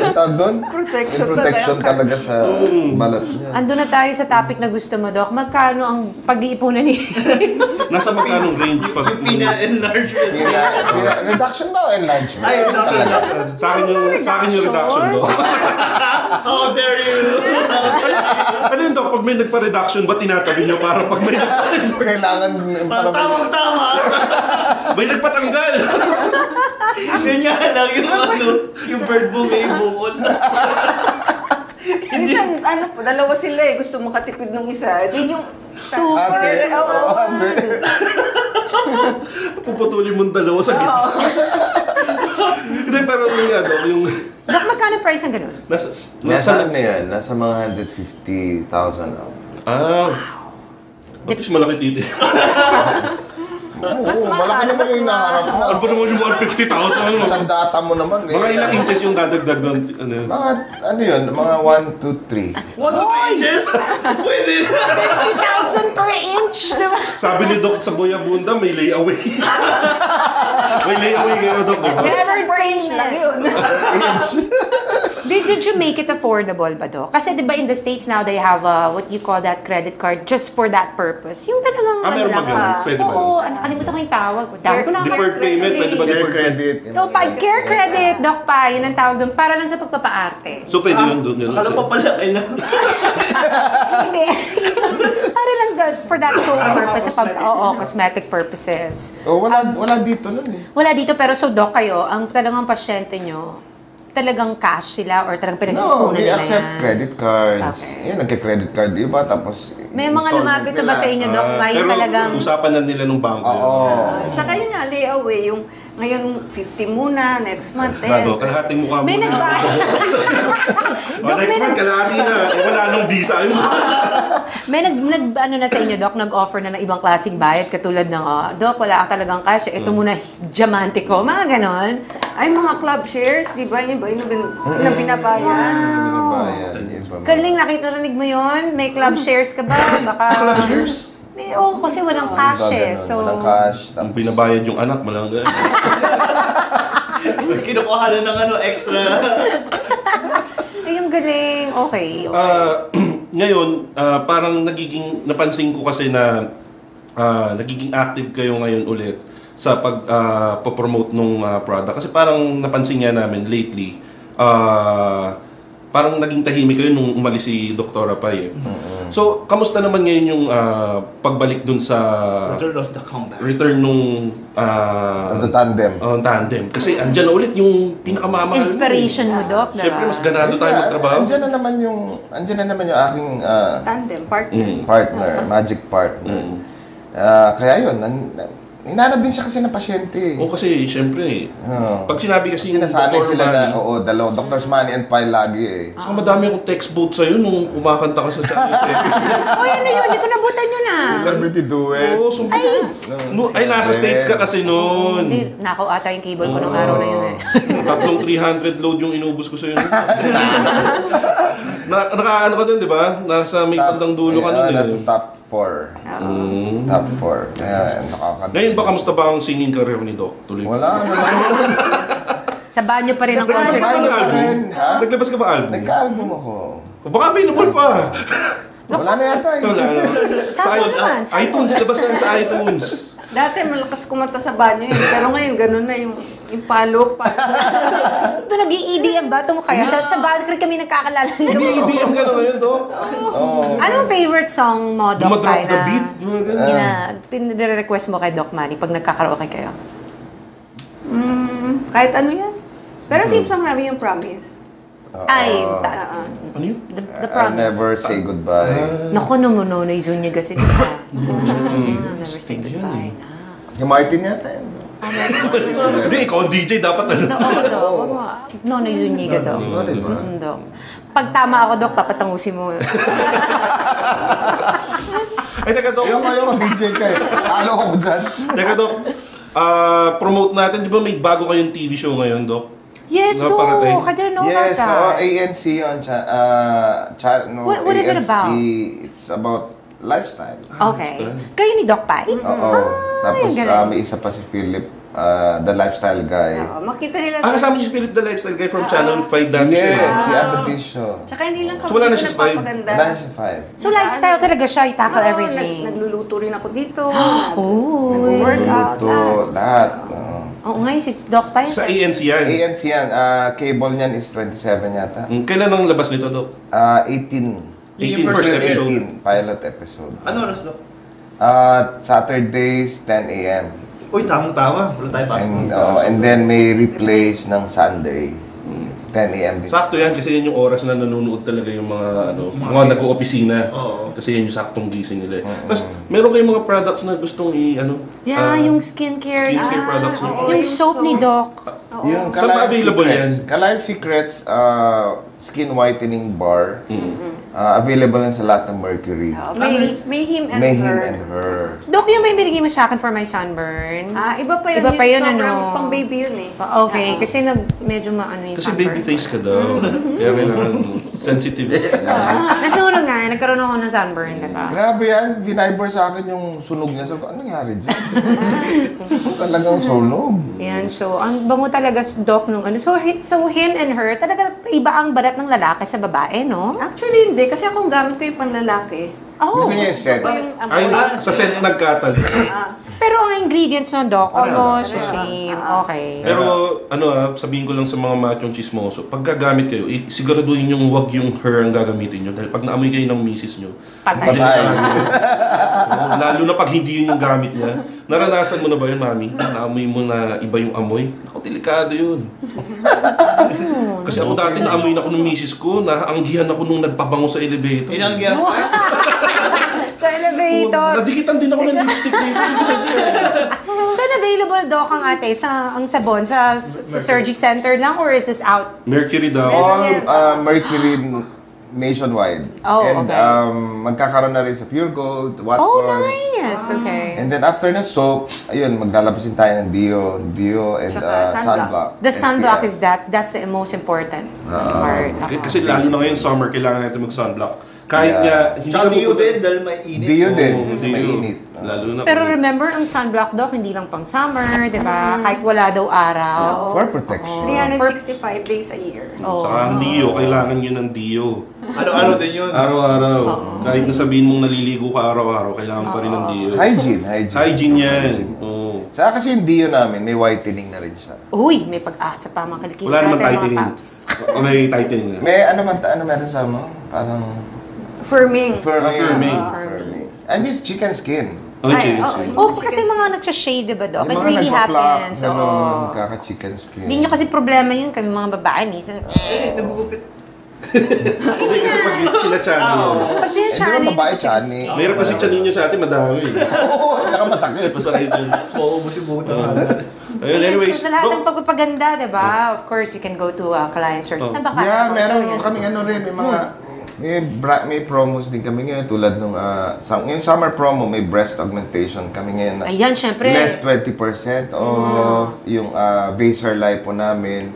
Speaker 5: Ang tawag doon?
Speaker 7: Protection
Speaker 5: May protection talaga sa
Speaker 3: Mm.
Speaker 5: balat niya.
Speaker 6: Ando na tayo sa topic na gusto mo, Dok. Magkano ang pag-iipunan ni...
Speaker 4: Nasa magkanong range pag...
Speaker 3: Yung pina-enlargement.
Speaker 5: Pina, pina, reduction ba o enlargement?
Speaker 3: Ay, Doc, Doc.
Speaker 4: Sa akin yung, sa akin yung reduction, Dok.
Speaker 3: How dare you?
Speaker 4: Ano yun, Dok? Pag may nagpa-reduction, ba tinatabi niyo para pag may,
Speaker 5: Kailangan...
Speaker 3: Parang tamang-tama.
Speaker 4: may nagpatanggal?
Speaker 3: Yun nga lang yung ano, yung bird mo may bukol.
Speaker 7: Minsan, ano po, dalawa sila eh. Gusto makatipid nung isa. Yun yung twofer.
Speaker 5: Ate,
Speaker 7: Oo.
Speaker 5: oo, ate.
Speaker 4: Puputulin mong dalawa sa gitna. Hindi, pero yun nga, Dok, yung...
Speaker 6: Dok, magkano price ng ganun?
Speaker 4: Nasa,
Speaker 5: Nasa
Speaker 4: nasa,
Speaker 5: ano yan? Nasa mga 150,000 ako.
Speaker 4: ah, ba't mas malaki titi?
Speaker 5: Oo, malaki naman yung naharap mo.
Speaker 4: Ano ba naman yung 150,000?
Speaker 5: Ang data mo naman eh.
Speaker 4: ano? Mga ilang inches yung dadagdag doon? Ano? yun?
Speaker 5: Mga, ano yun? Mga 1, 2, 3.
Speaker 3: One two pages? Pwede na.
Speaker 6: 1,000 per inch, di ba?
Speaker 4: Sabi ni Doc sa Boyabunda, may layaway. may layaway kayo, Doc. di ba?
Speaker 7: Never change lang yun.
Speaker 6: Did, did you make it affordable ba do? Kasi di ba in the States now, they have uh, what you call that credit card just for that purpose. Yung talagang ano
Speaker 4: Ah, meron ba ganun? Pwede ba
Speaker 6: Oo,
Speaker 4: yun?
Speaker 6: ano, kalimutan ko yung tawag. Dahil ko
Speaker 4: Deferred payment, pwede ba
Speaker 5: Care
Speaker 4: deferred credit?
Speaker 5: credit.
Speaker 6: No, Oh, pag care credit, doc pa, yun ang tawag doon. Para lang sa pagpapaarte.
Speaker 4: So, pwede yun doon. Yun,
Speaker 3: Akala pa pala kailangan.
Speaker 6: Hindi. Para lang sa, for that show
Speaker 3: Ah, sa mga
Speaker 6: purpose. Sa pag,
Speaker 3: cosmetic.
Speaker 6: oo, cosmetic purposes.
Speaker 5: Oh, wala, wala dito nun eh.
Speaker 6: Wala dito, pero so doc kayo, ang talagang pasyente nyo, talagang cash sila or talagang pinag-ipunan
Speaker 5: No, we
Speaker 6: nila
Speaker 5: accept
Speaker 6: yan?
Speaker 5: credit cards.
Speaker 6: Okay.
Speaker 5: Ayun, nagka-credit card yung iba, tapos...
Speaker 6: May mga
Speaker 5: installment
Speaker 6: lumapit na ba
Speaker 5: nila.
Speaker 6: sa inyo, Doc?
Speaker 4: Ah,
Speaker 6: May
Speaker 4: pero
Speaker 6: talagang...
Speaker 4: usapan na nila nung bangko. yun.
Speaker 5: Oo.
Speaker 7: Tsaka yun nga, layaway. Yung ngayon 50 muna, next month eh.
Speaker 4: Bago,
Speaker 7: 10.
Speaker 4: kalahating mukha mo.
Speaker 6: May
Speaker 4: na.
Speaker 6: nagbayad,
Speaker 4: Oh, next month, kalahati na. Eh, wala nang visa. Yung
Speaker 6: may nag, nag, ano na sa inyo, Doc, nag-offer na ng ibang klaseng bayad katulad ng, oh, Doc, wala ka talagang cash, ito muna, diamante ko, mga ganon.
Speaker 7: Ay, mga club shares, di ba? Yun ba yun yung bin- na binabayan?
Speaker 5: Binabayan, yung iba.
Speaker 6: Kaling, nakita narinig mo yon May club shares ka ba? Baka... club shares? May, oo, kasi walang
Speaker 5: Yung iba
Speaker 6: cash eh.
Speaker 5: ganun,
Speaker 6: So,
Speaker 5: Walang cash.
Speaker 4: Ang binabayad yung anak, malang ganun.
Speaker 3: Kinukuha na ng ano, extra.
Speaker 6: ay, Eh, yung galing. Okay.
Speaker 4: Ah, ngayon, ah, parang nagiging, napansin ko kasi na ah, nagiging active kayo ngayon ulit sa pag ah, promote ng product. Kasi parang napansin nga namin lately, ah, parang naging tahimik kayo nung umalis si Dr. Rapay. eh.
Speaker 5: Mm-hmm.
Speaker 4: So, kamusta naman ngayon yung ah, pagbalik dun sa
Speaker 3: Return of the comeback.
Speaker 4: return nung ah,
Speaker 5: Ang tandem.
Speaker 4: oh, tandem. Kasi andyan na ulit yung pinakamamahal mo. eh.
Speaker 6: Inspiration mo, Doc, diba?
Speaker 4: Siyempre, mas ganado tayo
Speaker 5: Ayun na,
Speaker 4: magtrabaho.
Speaker 5: Andyan na naman yung, andyan na naman yung aking ah,
Speaker 7: Tandem, partner.
Speaker 4: Mm.
Speaker 5: partner, magic partner. Ah, kaya yun, nan, nan- hinanap din siya kasi ng pasyente. eh.
Speaker 4: O kasi, siyempre,
Speaker 5: Oo.
Speaker 4: pag sinabi Oh, kasi yung
Speaker 5: Sinasanay
Speaker 4: Dr.
Speaker 5: sila na,
Speaker 4: Manny, Ah.
Speaker 5: oo, dalawa, Doctor's Money and Pie lagi eh.
Speaker 4: Saka madami akong text boat sa'yo nung kumakanta ka sa Champions League.
Speaker 6: Oh, yun na yun. Hindi ko nabutan yun ah.
Speaker 5: Celebrity duet.
Speaker 4: Oo, sumpa. Oh, No, ay, nasa States ka kasi
Speaker 6: Hindi,
Speaker 4: noon.
Speaker 6: nakaw ata yung cable ko nung araw na yun eh.
Speaker 4: Tatlong 300 load yung inubos ko sa'yo. noon. na, nakaano ka doon, di ba? Nasa may bandang dulo ka noon.
Speaker 5: Yeah, ah, nasa
Speaker 4: eh. Mm.
Speaker 5: top 4. Top 4. Kaya nakakanta.
Speaker 4: Ngayon ba, kamusta ba ang singing career ni Doc? Tuloy.
Speaker 5: Wala, wala.
Speaker 6: Sa banyo pa rin ang
Speaker 4: Naglabas
Speaker 6: concert.
Speaker 4: ka ba ng
Speaker 5: Concert.
Speaker 4: album?
Speaker 5: Ha?
Speaker 4: Naglabas ka ba album?
Speaker 5: Nagka-album ako.
Speaker 4: Baka available pa.
Speaker 5: Wala na yata eh.
Speaker 4: Wala na. Sa
Speaker 6: Sasama naman, sasama.
Speaker 4: iTunes, labas na yan sa iTunes.
Speaker 7: Dati malakas kumanta sa banyo eh. Pero ngayon, ganun na yung, yung palo. palo.
Speaker 6: Doon nag-EDM E ba? Tumo kaya? Sa, sa Valkyrie kami nagkakalala
Speaker 4: Hindi,
Speaker 6: nyo.
Speaker 4: EDM ka na ngayon, Doc.
Speaker 5: Oo.
Speaker 6: Anong favorite song mo, Doc?
Speaker 4: Dumadrop
Speaker 6: Pai,
Speaker 4: the
Speaker 6: na-
Speaker 4: beat. Ah. Mga ganun.
Speaker 6: Yun na, pinire-request mo kay Doc Manny pag nagkakaraoke kayo.
Speaker 7: Mm, kahit ano yan. Pero
Speaker 4: Mm.
Speaker 7: tips lang namin yung promise.
Speaker 4: Ah.
Speaker 6: Ay, taas.
Speaker 7: Oo.
Speaker 4: Ano yun?
Speaker 6: The, the
Speaker 5: I'll
Speaker 6: promise.
Speaker 5: never say
Speaker 4: Ah.
Speaker 5: goodbye.
Speaker 6: Naku, numuno na yung Zoom niya kasi dito. Ah, Never say
Speaker 4: Stig yan
Speaker 6: goodbye.
Speaker 4: Mm-hmm. eh.
Speaker 5: Si Martin yata eh. yun.
Speaker 4: Hindi, ikaw ang DJ, dapat ano.
Speaker 6: No, ako daw. wag mo. No, no, Zuniga daw.
Speaker 5: No, di ba?
Speaker 6: Mm, Dok. Pag tama ako, Dok, papatangusin mo.
Speaker 4: Ay, teka, Doc.
Speaker 5: Ayoko, ayoko, DJ ka eh. Talo ako dyan.
Speaker 4: Teka, Doc. Ah, promote natin. Di ba may bago kayong TV show ngayon, Doc?
Speaker 6: Yes,
Speaker 4: Nga,
Speaker 6: Dok.
Speaker 4: parating. eh.
Speaker 6: Kada no
Speaker 5: yes,
Speaker 6: ka.
Speaker 5: oh, ANC on cha- uh, channel.
Speaker 6: What- what is it
Speaker 5: ANC,
Speaker 6: about? Ah,
Speaker 5: It's about lifestyle.
Speaker 6: Okay. Kayo ni Doc Pai?
Speaker 5: Oo. Tapos
Speaker 6: galing.
Speaker 5: ah,
Speaker 4: um,
Speaker 5: may isa pa si Philip, ah, the lifestyle guy.
Speaker 7: Oo, makita nila.
Speaker 4: Ah, kasama niyo si Philip the Lifestyle Guy from Channel 5 dati siya,
Speaker 5: Yes,
Speaker 4: eh.
Speaker 5: si Abadisho.
Speaker 7: Tsaka hindi lang kami
Speaker 4: So, wala na
Speaker 7: dito
Speaker 4: siya spy?
Speaker 7: nagpapaganda.
Speaker 5: Wala na siya five.
Speaker 6: So, lifestyle talaga siya. You tackle
Speaker 7: Oo,
Speaker 6: everything. Oh.
Speaker 7: nag- nagluluto rin ako dito. nag-
Speaker 6: Uy.
Speaker 7: Nag-workout. ah.
Speaker 5: Luto, lahat. oo.
Speaker 6: Oo nga, yun, si Doc Pai.
Speaker 4: Sa E ANC yan.
Speaker 5: ANC yan, ah, cable niyan is 27 yata.
Speaker 4: Mm, Kailan ang labas nito, Doc?
Speaker 5: Ah, 18.
Speaker 4: Yung
Speaker 5: 18
Speaker 4: first episode.
Speaker 5: 18, pilot episode.
Speaker 3: Ano oras no?
Speaker 5: Ah, Saturdays, 10 a.m.
Speaker 3: Uy, tamang-tama. Wala tayo pasok.
Speaker 5: And, oh, and then may replays ng Sunday. 10 a.m. din.
Speaker 4: Sakto yan kasi yan yung oras na nanonood talaga yung mga ano,
Speaker 2: Mga
Speaker 4: mga,
Speaker 2: kids.
Speaker 4: nag-oopisina.
Speaker 2: Oo.
Speaker 4: Kasi yan yung saktong gising nila. eh. Tapos meron kayong mga products na gustong i ano?
Speaker 6: Yeah,
Speaker 4: ah,
Speaker 6: yung skincare.
Speaker 4: skincare
Speaker 6: ah,
Speaker 4: products mo.
Speaker 7: oo.
Speaker 6: Yung soap ni Doc.
Speaker 7: Oo.
Speaker 5: Yung
Speaker 4: Saan ba
Speaker 5: Kalayaan
Speaker 4: available
Speaker 5: Secrets.
Speaker 4: yan?
Speaker 5: Kalayaan Secrets uh, Skin Whitening Bar.
Speaker 4: Mm-hmm.
Speaker 5: Uh, available yan sa lahat ng Mercury.
Speaker 7: Oo, may, may him and
Speaker 5: May him
Speaker 7: her.
Speaker 5: and her.
Speaker 6: Doc, yung may binigay mo sa akin for my sunburn.
Speaker 7: Ah, iba pa yun.
Speaker 6: Iba pa yun,
Speaker 7: sobrang
Speaker 6: ano.
Speaker 7: Pang baby yun eh.
Speaker 6: Okay,
Speaker 7: Oo.
Speaker 6: kasi nag, medyo maano yung
Speaker 4: Kasi
Speaker 6: sunburn.
Speaker 4: baby face ka daw. Kaya kailangan sensitive.
Speaker 6: Nasunog nga, nagkaroon ako ng sunburn, diba?
Speaker 5: Grabe yan, biniber sa akin yung sunog niya. Sabi ko, ano nangyari dyan? Talagang sunog.
Speaker 6: Ayan, so ang bango talaga si Doc nung ano. So, hi- so him and her, talaga iba ang balat ng lalaki sa babae, no?
Speaker 7: Actually, hindi. Kasi akong gamit ko yung panlalaki.
Speaker 6: Oh,
Speaker 5: Gusto niya yung set.
Speaker 7: Ako yung
Speaker 4: Ay,
Speaker 7: amoy.
Speaker 4: sa scent nagkatalo.
Speaker 6: pero ang ingredients ng Doc, almost the
Speaker 7: Pareho.
Speaker 6: same.
Speaker 7: Ah.
Speaker 6: Okay.
Speaker 4: Pero ano ah, sabihin ko lang sa mga machong chismoso, pag gagamit kayo, i- siguraduhin yung wag yung her ang gagamitin nyo. Dahil pag naamoy kayo ng misis nyo,
Speaker 6: Patay.
Speaker 4: hindi na
Speaker 5: Patay.
Speaker 4: kaya yun. Oo, lalo na pag hindi yun yung gamit niya. Naranasan mo na ba yun, mami? Naamoy mo na iba yung amoy? Ako, delikado yun. Kasi ako dati naamoy na ako ng misis ko, naanggihan ako nung nagpabango sa elevator.
Speaker 2: Inanggihan ko.
Speaker 6: Sa elevator.
Speaker 4: Nadikitan din ako ng lipstick dito. Hindi ko sadya.
Speaker 6: Saan available, Doc, ang ate? Sa, ang sabon? Sa, sa surgery center lang? Or is this out?
Speaker 4: Mercury daw.
Speaker 5: All uh, Mercury nationwide.
Speaker 6: Oh,
Speaker 5: And
Speaker 6: okay.
Speaker 5: um, magkakaroon na rin sa Pure Gold, Watsons.
Speaker 6: Oh, nice! Okay.
Speaker 5: And then after na soap, ayun, maglalabasin tayo ng Dio, Dio and
Speaker 7: Tsaka
Speaker 5: uh,
Speaker 7: sunblock.
Speaker 5: sunblock.
Speaker 6: The sunblock
Speaker 5: SPF.
Speaker 6: is that. That's the most important part.
Speaker 4: K-
Speaker 6: Oo.
Speaker 4: Eh, Kasi lalo na ngayon summer, kailangan natin mag-sunblock. Kahit
Speaker 5: Yeah.
Speaker 4: nga,
Speaker 2: Tsaka
Speaker 4: ka
Speaker 2: Dio
Speaker 4: pupunta-
Speaker 2: din dahil may init.
Speaker 5: Dio din,
Speaker 4: Oo,
Speaker 5: kasi
Speaker 4: Dio.
Speaker 5: mainit.
Speaker 4: Lalo na.
Speaker 6: Pero remember, ang sunblock doc, hindi lang pang summer, di ba? Kahit wala daw araw.
Speaker 7: Oo.
Speaker 5: For protection.
Speaker 7: 365 days a year.
Speaker 6: Oo.
Speaker 4: Saka ang Dio, kailangan yun ng Dio.
Speaker 2: Ano-ano din yun.
Speaker 4: Ah. Araw-araw. Kahit na sabihin mong naliligo ka araw-araw, kailangan pa rin ng Dio.
Speaker 5: Hygiene, hygiene.
Speaker 4: Hygiene yan.
Speaker 5: Hygiene.
Speaker 4: Oo.
Speaker 5: Saka kasi yung Dio namin, may whitening na rin siya.
Speaker 6: Uy, may pag-asa pa mga kalikitan
Speaker 4: Wala naman
Speaker 6: natin, mga
Speaker 4: tightening.
Speaker 6: paps.
Speaker 4: O may tightening na.
Speaker 5: May ano man, ano meron sa mo? Parang
Speaker 7: Firming.
Speaker 5: firming.
Speaker 4: firming.
Speaker 5: Ah, firming. And this chicken skin.
Speaker 4: Okay,
Speaker 7: Ay,
Speaker 4: cheers.
Speaker 6: Oh,
Speaker 7: oo.
Speaker 6: kasi mga nagsha-shade, di ba, Doc? It
Speaker 5: Yung mga
Speaker 6: really
Speaker 5: nagpa-plaque,
Speaker 6: happens. Oo.
Speaker 5: ganun, Nagkaka-chicken skin.
Speaker 6: Hindi nyo kasi problema yun kami mga babae, minsan.
Speaker 2: Eh, nagugupit.
Speaker 4: Kasi pag sinachano yun.
Speaker 6: Pag
Speaker 5: Eh, di ba
Speaker 6: sinashani,
Speaker 5: babae, Chani?
Speaker 4: Mayroon kasi chanin nyo sa atin, madami.
Speaker 5: Oo, saka masakit.
Speaker 4: Masakit yun.
Speaker 2: Maubos yung buong
Speaker 3: Ah.
Speaker 2: tanghali.
Speaker 4: Ayun, anyways.
Speaker 6: so, sa lahat ng
Speaker 4: Doc,
Speaker 6: pagpapaganda, di ba? Of course, you can go to uh, client service.
Speaker 4: Oh.
Speaker 6: Saan ba kaya?
Speaker 5: Yeah, meron
Speaker 6: oh,
Speaker 5: kaming ano rin, may mga
Speaker 6: Hmm.
Speaker 5: may, bra- may promos din kami ngayon tulad nung ah, sa, ngayon summer promo may breast augmentation kami ngayon. na-
Speaker 6: Ayan, syempre. Hmm.
Speaker 5: Less 20% off yung ah, Vaser Lipo namin.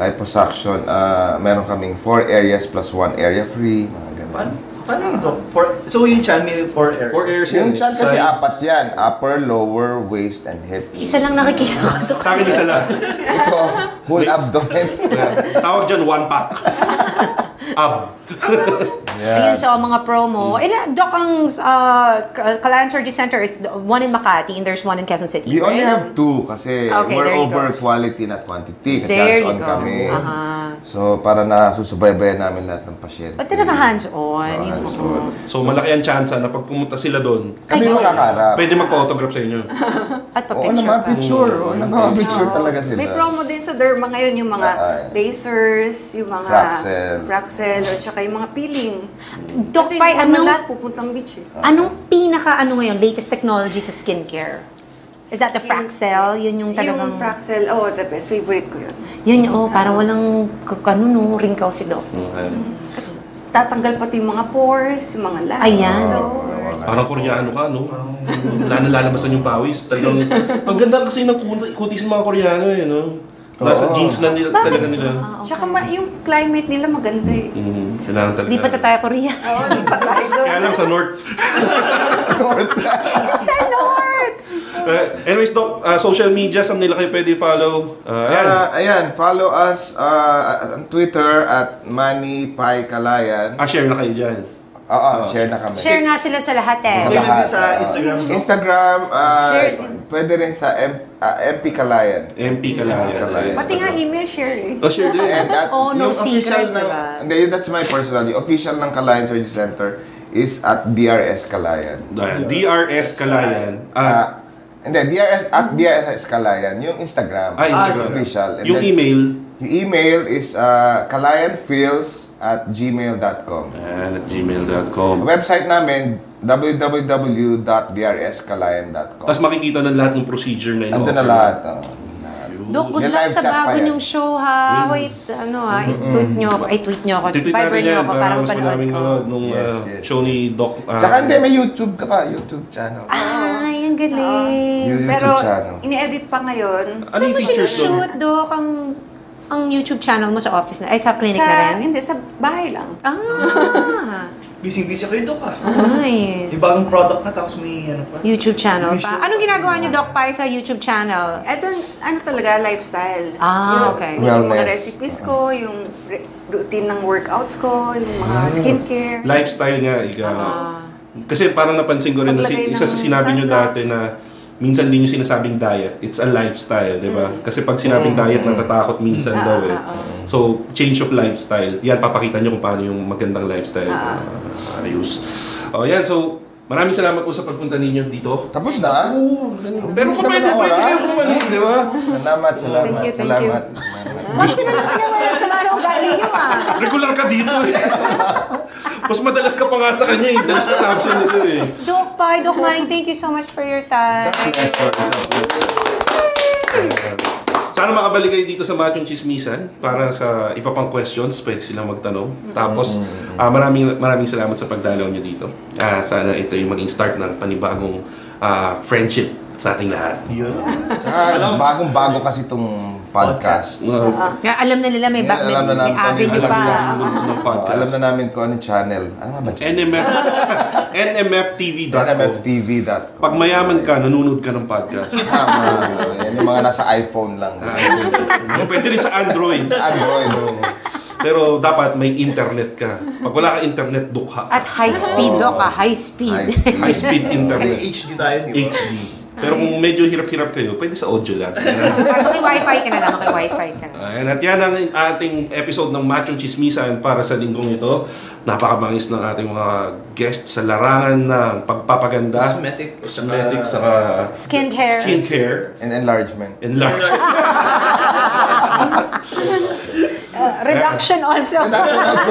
Speaker 5: Liposuction, ah, meron kaming 4 areas plus 1 area free. Mga ganun.
Speaker 2: Paano? Paano yun, Doc? For, so yung chan may for air.
Speaker 4: for airs yan.
Speaker 5: Yung chan kasi
Speaker 2: Sides.
Speaker 5: apat yan. Upper, lower, waist, and hip.
Speaker 6: Isa lang nakikita ko to.
Speaker 4: Sa akin isa lang.
Speaker 5: Ito, whole abdomen.
Speaker 4: Tawag dyan, one pack. Ab.
Speaker 5: Yeah. Mm.
Speaker 6: Ayun, so ang mga promo. Eh, na- Doc, ang uh, K- Kalayaan Surgery Center is the- one in Makati and there's one in Quezon City,
Speaker 5: We only
Speaker 6: right?
Speaker 5: have two kasi
Speaker 6: Okay,
Speaker 5: we're
Speaker 6: there you
Speaker 5: over
Speaker 6: go.
Speaker 5: quality not quantity kasi
Speaker 6: There you
Speaker 5: hands-on
Speaker 6: go.
Speaker 5: kami.
Speaker 6: Ah.
Speaker 5: So para na susubaybayan namin lahat ng pasyente.
Speaker 6: Ba't talaga hands-on?
Speaker 5: Oo,
Speaker 6: Yung-
Speaker 5: Oh, hands-on.
Speaker 4: So malaki ang chance ah, na pag pumunta sila doon,
Speaker 5: Kami
Speaker 6: Kayo.
Speaker 5: makakarap.
Speaker 4: pwede magpa-autograph sa inyo.
Speaker 6: At
Speaker 5: Oo
Speaker 6: pa-picture
Speaker 5: ano, naman,
Speaker 6: pa.
Speaker 5: picture. Oo
Speaker 2: Mm.
Speaker 5: naman, picture talaga sila.
Speaker 7: May promo din sa derma ngayon yung mga
Speaker 5: Ah, ah.
Speaker 7: lasers, yung mga
Speaker 5: Fraxel.
Speaker 7: Fraxel, at saka yung mga peeling.
Speaker 6: Doc,
Speaker 7: Kasi ano
Speaker 6: Pai,
Speaker 7: hindi naman
Speaker 6: anong,
Speaker 7: lahat pupuntang beach eh.
Speaker 6: anong pinaka-ano ngayon, latest technology sa skincare? Is that the Fraxel? Yun yung talagang...
Speaker 7: Yung Fraxel, oh, the best. Favorite ko yun.
Speaker 6: Yun, oh, parang walang, k- ano, no, ringkaw si Doc.
Speaker 7: Tatanggal pati yung mga pores, yung mga lahat.
Speaker 6: Ayan.
Speaker 7: So,
Speaker 4: Parang koreano ka, no? Wala na lalabasan yung pawis. Talagang, ang ganda kasi ng kuti- kutis ng mga koreano, eh, no? Nasa
Speaker 5: Oo.
Speaker 4: jeans na nila, talaga
Speaker 6: Oh,
Speaker 4: nila.
Speaker 7: Tsaka ma- yung climate nila maganda eh.
Speaker 4: Mm, kailangan talaga.
Speaker 6: Di pa tataya Korea.
Speaker 7: Oo, di pa tayo doon.
Speaker 4: Kaya lang sa North.
Speaker 6: Sa North!
Speaker 4: Uh, anyways, Doc, uh, social media, saan nila kayo pwede follow? Uh, ayan.
Speaker 5: Ah, ayan, follow us uh, on Twitter at Manny Pai Kalayan.
Speaker 4: Ah, share na kayo dyan.
Speaker 5: Oo, share na kami.
Speaker 6: Share nga sila sa lahat
Speaker 2: Oh,
Speaker 6: eh.
Speaker 5: Sa
Speaker 2: Share na din
Speaker 5: lahat.
Speaker 2: sa
Speaker 5: Oo.
Speaker 2: Instagram, no?
Speaker 5: Instagram, ah,
Speaker 7: Share din.
Speaker 5: pwede rin sa M- ah, MP Kalayan.
Speaker 4: MP ka lang. yan sa
Speaker 5: Kalayan. Ano?
Speaker 7: Pati nga
Speaker 4: Instagram.
Speaker 7: email share eh.
Speaker 4: Oh, share din.
Speaker 5: And that,
Speaker 6: Oh, no
Speaker 5: yung official
Speaker 6: secrets,
Speaker 5: ng,
Speaker 6: diba?
Speaker 5: Hindi, that's my personal. Yung official ng Kalayan Surgery Center is at DRS Kalayan.
Speaker 4: Ayan, DRS Kalayan. Ah,
Speaker 5: Ah, Hindi, DRS, at DRS Kalayan, yung Instagram.
Speaker 4: Ah, Instagram.
Speaker 5: Official. And
Speaker 4: Yung
Speaker 5: then,
Speaker 4: email,
Speaker 5: Yung email is uh, kalayanfeels at gmail.com.
Speaker 4: ayan, at gmail.com.
Speaker 5: Ang website namin, www.drskalayan.com.
Speaker 4: Tapos makikita ng lahat ng procedure na
Speaker 5: Andun
Speaker 4: ino-offer.
Speaker 5: na lahat. oh.
Speaker 6: Dok, good
Speaker 5: May
Speaker 6: luck
Speaker 5: live
Speaker 6: sa
Speaker 5: chat pa
Speaker 6: bago
Speaker 5: yan.
Speaker 6: niyong show ha. Wait, ano ha, i-tweet niyo ako. Ay, tweet niyo ako.
Speaker 4: Tituit
Speaker 6: Viber
Speaker 4: Mm. natin
Speaker 6: niyo
Speaker 4: yan
Speaker 6: ako
Speaker 4: para
Speaker 6: parang
Speaker 4: mas
Speaker 6: panood
Speaker 4: maraming
Speaker 6: ko.
Speaker 4: manood nung
Speaker 5: Yes,
Speaker 4: ah,
Speaker 5: yes.
Speaker 4: show ni Doc. ah,
Speaker 5: Tsaka hindi, may YouTube ka pa. YouTube channel.
Speaker 6: Ay, ang galing.
Speaker 5: Yung YouTube
Speaker 7: Pero
Speaker 5: channel.
Speaker 7: ini-edit pa ngayon.
Speaker 4: Ano
Speaker 6: Saan
Speaker 4: yung
Speaker 6: mo
Speaker 4: features doon?
Speaker 6: sinushoot, Dok, ang, ang YouTube channel mo sa office na? Ay, sa clinic
Speaker 7: sa,
Speaker 6: na rin?
Speaker 7: Hindi, sa bahay lang.
Speaker 6: Ah!
Speaker 2: Busy-busy kayo doon ka.
Speaker 6: Ay.
Speaker 2: Yung bagong product na tapos may ano pa.
Speaker 6: YouTube channel
Speaker 2: Mission.
Speaker 6: pa. Anong ginagawa niyo, Doc, pa sa YouTube channel?
Speaker 7: Ito, ano talaga, lifestyle.
Speaker 6: Ah,
Speaker 7: yung,
Speaker 6: okay.
Speaker 7: Yung mga
Speaker 5: Wellness.
Speaker 7: recipes ko, yung re- routine ng workouts ko, yung mga skincare.
Speaker 4: Lifestyle nga, ikaw.
Speaker 6: Ah.
Speaker 4: Kasi parang napansin ko rin na si-
Speaker 7: Paglagay
Speaker 4: isa sa
Speaker 7: ng
Speaker 4: sinabi nyo
Speaker 7: sunblock.
Speaker 4: dati na minsan din yung sinasabing diet. It's a lifestyle, di ba? Kasi pag sinabing diet, natatakot minsan
Speaker 6: Ah,
Speaker 4: daw
Speaker 6: Mm. ah,
Speaker 4: eh.
Speaker 6: ah, ah.
Speaker 4: So, change of lifestyle. Yan, papakita nyo kung paano yung magandang lifestyle. Ah, ayos. O, yan. So, maraming salamat po sa pagpunta ninyo dito.
Speaker 5: Tapos na?
Speaker 4: Oo, ganun. pero
Speaker 5: Bilis
Speaker 4: kung pwede,
Speaker 5: naman ang
Speaker 4: pwede
Speaker 5: oras.
Speaker 4: kayo bumalik, di ba?
Speaker 5: Salamat, salamat,
Speaker 6: Thank you, thank
Speaker 5: salamat.
Speaker 6: Gusto na lang kinawala sa mga ugali niyo, ah.
Speaker 4: Regular ka dito eh. Mas madalas ka pa nga sa kanya eh. Dalas pa absent nito eh.
Speaker 6: Doc Pai, Doc Manning, thank you so much for your time.
Speaker 5: Sa pleasure, sa pleasure.
Speaker 4: Sana makabalik kayo dito sa Matyong Chismisan para sa iba pang questions, pwede silang magtanong. Tapos,
Speaker 5: Mm-hmm.
Speaker 4: ah, maraming maraming salamat sa pagdalaw niyo dito. Ah, sana ito yung maging start ng panibagong ah, friendship sa ating lahat.
Speaker 5: Tsaka, bagong-bago kasi itong podcast.
Speaker 4: Uh,
Speaker 6: Nga, alam na nila may,
Speaker 5: Yeah,
Speaker 6: ba- may,
Speaker 5: alam na
Speaker 6: may
Speaker 5: namin.
Speaker 6: avenue
Speaker 4: alam
Speaker 6: pa.
Speaker 4: na ang mundo ng
Speaker 5: Oh,
Speaker 4: podcast.
Speaker 5: alam na namin kung anong channel. Ano nga ba channel?
Speaker 4: NMF, NMFTV.com.
Speaker 5: NMFTV.com
Speaker 4: Pag mayaman ka, nanonood ka ng podcast.
Speaker 5: Tama. Ah, ano, Yan yung mga nasa iPhone lang.
Speaker 4: Ah,
Speaker 5: Mm-hmm.
Speaker 4: pwede rin sa Android.
Speaker 5: Android.
Speaker 4: Pero dapat may internet ka. Pag wala ka internet, dukha.
Speaker 6: At high speed, Doc, ah. High speed.
Speaker 4: High speed
Speaker 2: Kasi
Speaker 4: internet.
Speaker 2: HD tayo, di
Speaker 3: Diba?
Speaker 2: ba?
Speaker 4: HD. Pero kung medyo hirap-hirap kayo, pwede sa audio lang.
Speaker 6: Parang may wifi ka na lang, may wifi ka na.
Speaker 4: Ayan, at yan ang ating episode ng Machong Chismisan para sa linggong ito. Napakabangis ng ating mga guest sa larangan ng pagpapaganda,
Speaker 2: Cosmetic.
Speaker 4: cosmetics, saka
Speaker 6: Skincare.
Speaker 4: skincare,
Speaker 5: And enlargement.
Speaker 4: and large.
Speaker 6: Uh, reduction also.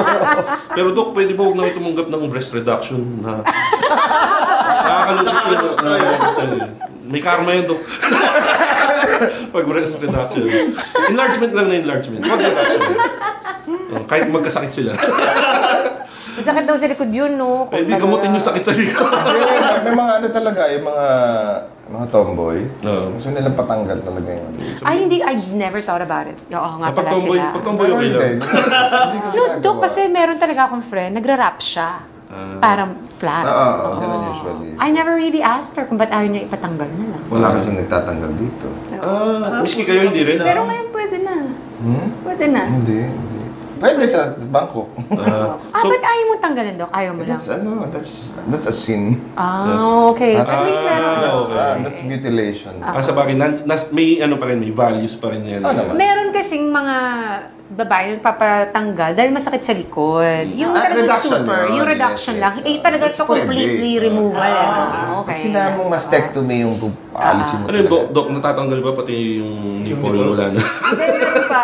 Speaker 4: Pero Dok, pwede ba huwag namin tumanggap ng breast reduction na... Nakakalungkot yun. nakakalungkot yun. May karma yun, Dok. Pag breast reduction. Enlargement lang na enlargement. Huwag reduction. Oh, Kahit magkasakit sila.
Speaker 6: Masakit daw sa likod yun, no?
Speaker 4: Pwede gamutin yung sakit sa likod.
Speaker 5: May, may mga ano talaga, yung mga mga tomboy.
Speaker 4: Oo.
Speaker 5: Gusto nilang patanggal talaga yun.
Speaker 6: Ay, hindi. I never thought about it. Oo nga
Speaker 4: Pag
Speaker 6: pala
Speaker 4: tomboy,
Speaker 6: sila.
Speaker 4: pag tomboy okay
Speaker 5: Pero
Speaker 4: lang.
Speaker 5: hindi, hindi ko
Speaker 6: No,
Speaker 5: ginagawa.
Speaker 6: Dok, kasi meron talaga akong friend, nagra-rap siya.
Speaker 5: Ah.
Speaker 6: Parang flat.
Speaker 5: Oo, oo,
Speaker 6: Oo.
Speaker 5: ah, ganun usually.
Speaker 6: I never really asked her kung ba't ayaw niya ipatanggal na lang.
Speaker 5: Wala kasi nagtatanggal dito.
Speaker 4: Ah, miski kayo hindi rin.
Speaker 7: Pero ngayon pwede na.
Speaker 5: Hmm?
Speaker 7: Pwede na.
Speaker 5: Hindi, hindi. Pwede sa Bangkok.
Speaker 4: Ah,
Speaker 6: Ah,
Speaker 4: so,
Speaker 6: ba't ayaw mo tanggalin, Dok? Ayaw mo lang.
Speaker 5: That's ano, that's that's a sin.
Speaker 6: Ah, okay. At least na.
Speaker 5: That's
Speaker 4: okay.
Speaker 5: ah, that's mutilation.
Speaker 4: ah, sa bagay, nan- nas- may ano pa rin, may values pa rin yan.
Speaker 5: Oo naman.
Speaker 6: Meron kasing mga babae na papatanggal dahil masakit sa likod. Yung
Speaker 5: Ah,
Speaker 6: talagang
Speaker 5: reduction
Speaker 6: super,
Speaker 5: yun.
Speaker 6: yung reduction
Speaker 5: Yes,
Speaker 6: lang.
Speaker 5: yes.
Speaker 6: Eh, talaga
Speaker 5: That's
Speaker 6: ito
Speaker 5: pwede.
Speaker 6: completely
Speaker 5: Ah.
Speaker 6: removal. eh. Ah,
Speaker 5: Pag
Speaker 6: okay.
Speaker 5: sinabi mong mastectomy
Speaker 6: Ah.
Speaker 5: yung paalisin mo
Speaker 4: Ano yung Dok,
Speaker 5: talaga.
Speaker 4: Dok, natatanggal ba pati yung nipple?
Speaker 2: nipples.
Speaker 4: Wala na.
Speaker 7: Hindi, meron pa.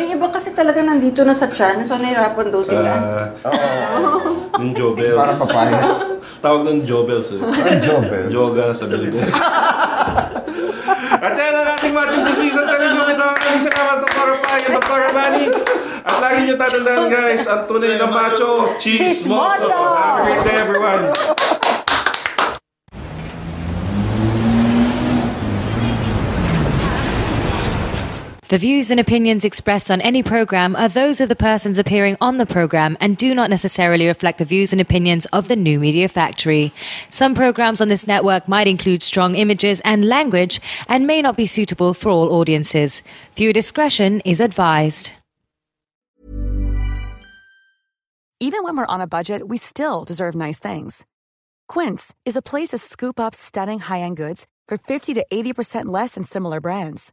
Speaker 7: Eh, iba kasi talaga nandito na sa chan, so nahirapan daw sila.
Speaker 4: Ah,
Speaker 5: Oo.
Speaker 4: yung jobels.
Speaker 5: Parang papaya.
Speaker 4: Tawag doon jobels eh.
Speaker 5: Ang job eh.
Speaker 4: Yoga sa bilbil. At yan ang ating matong chismisan sa linggong ito. Maraming salamat, Dr. Pai at Dr. Manny. At lagi nyo tatandaan, guys, ang tunay na macho, chismoso. Have a great day, everyone.
Speaker 8: The views and opinions expressed on any program are those of the persons appearing on the program and do not necessarily reflect the views and opinions of the New Media Factory. Some programs on this network might include strong images and language and may not be suitable for all audiences. Viewer discretion is advised.
Speaker 9: Even when we're on a budget, we still deserve nice things. Quince is a place to scoop up stunning high end goods for 50 to 80% less than similar brands.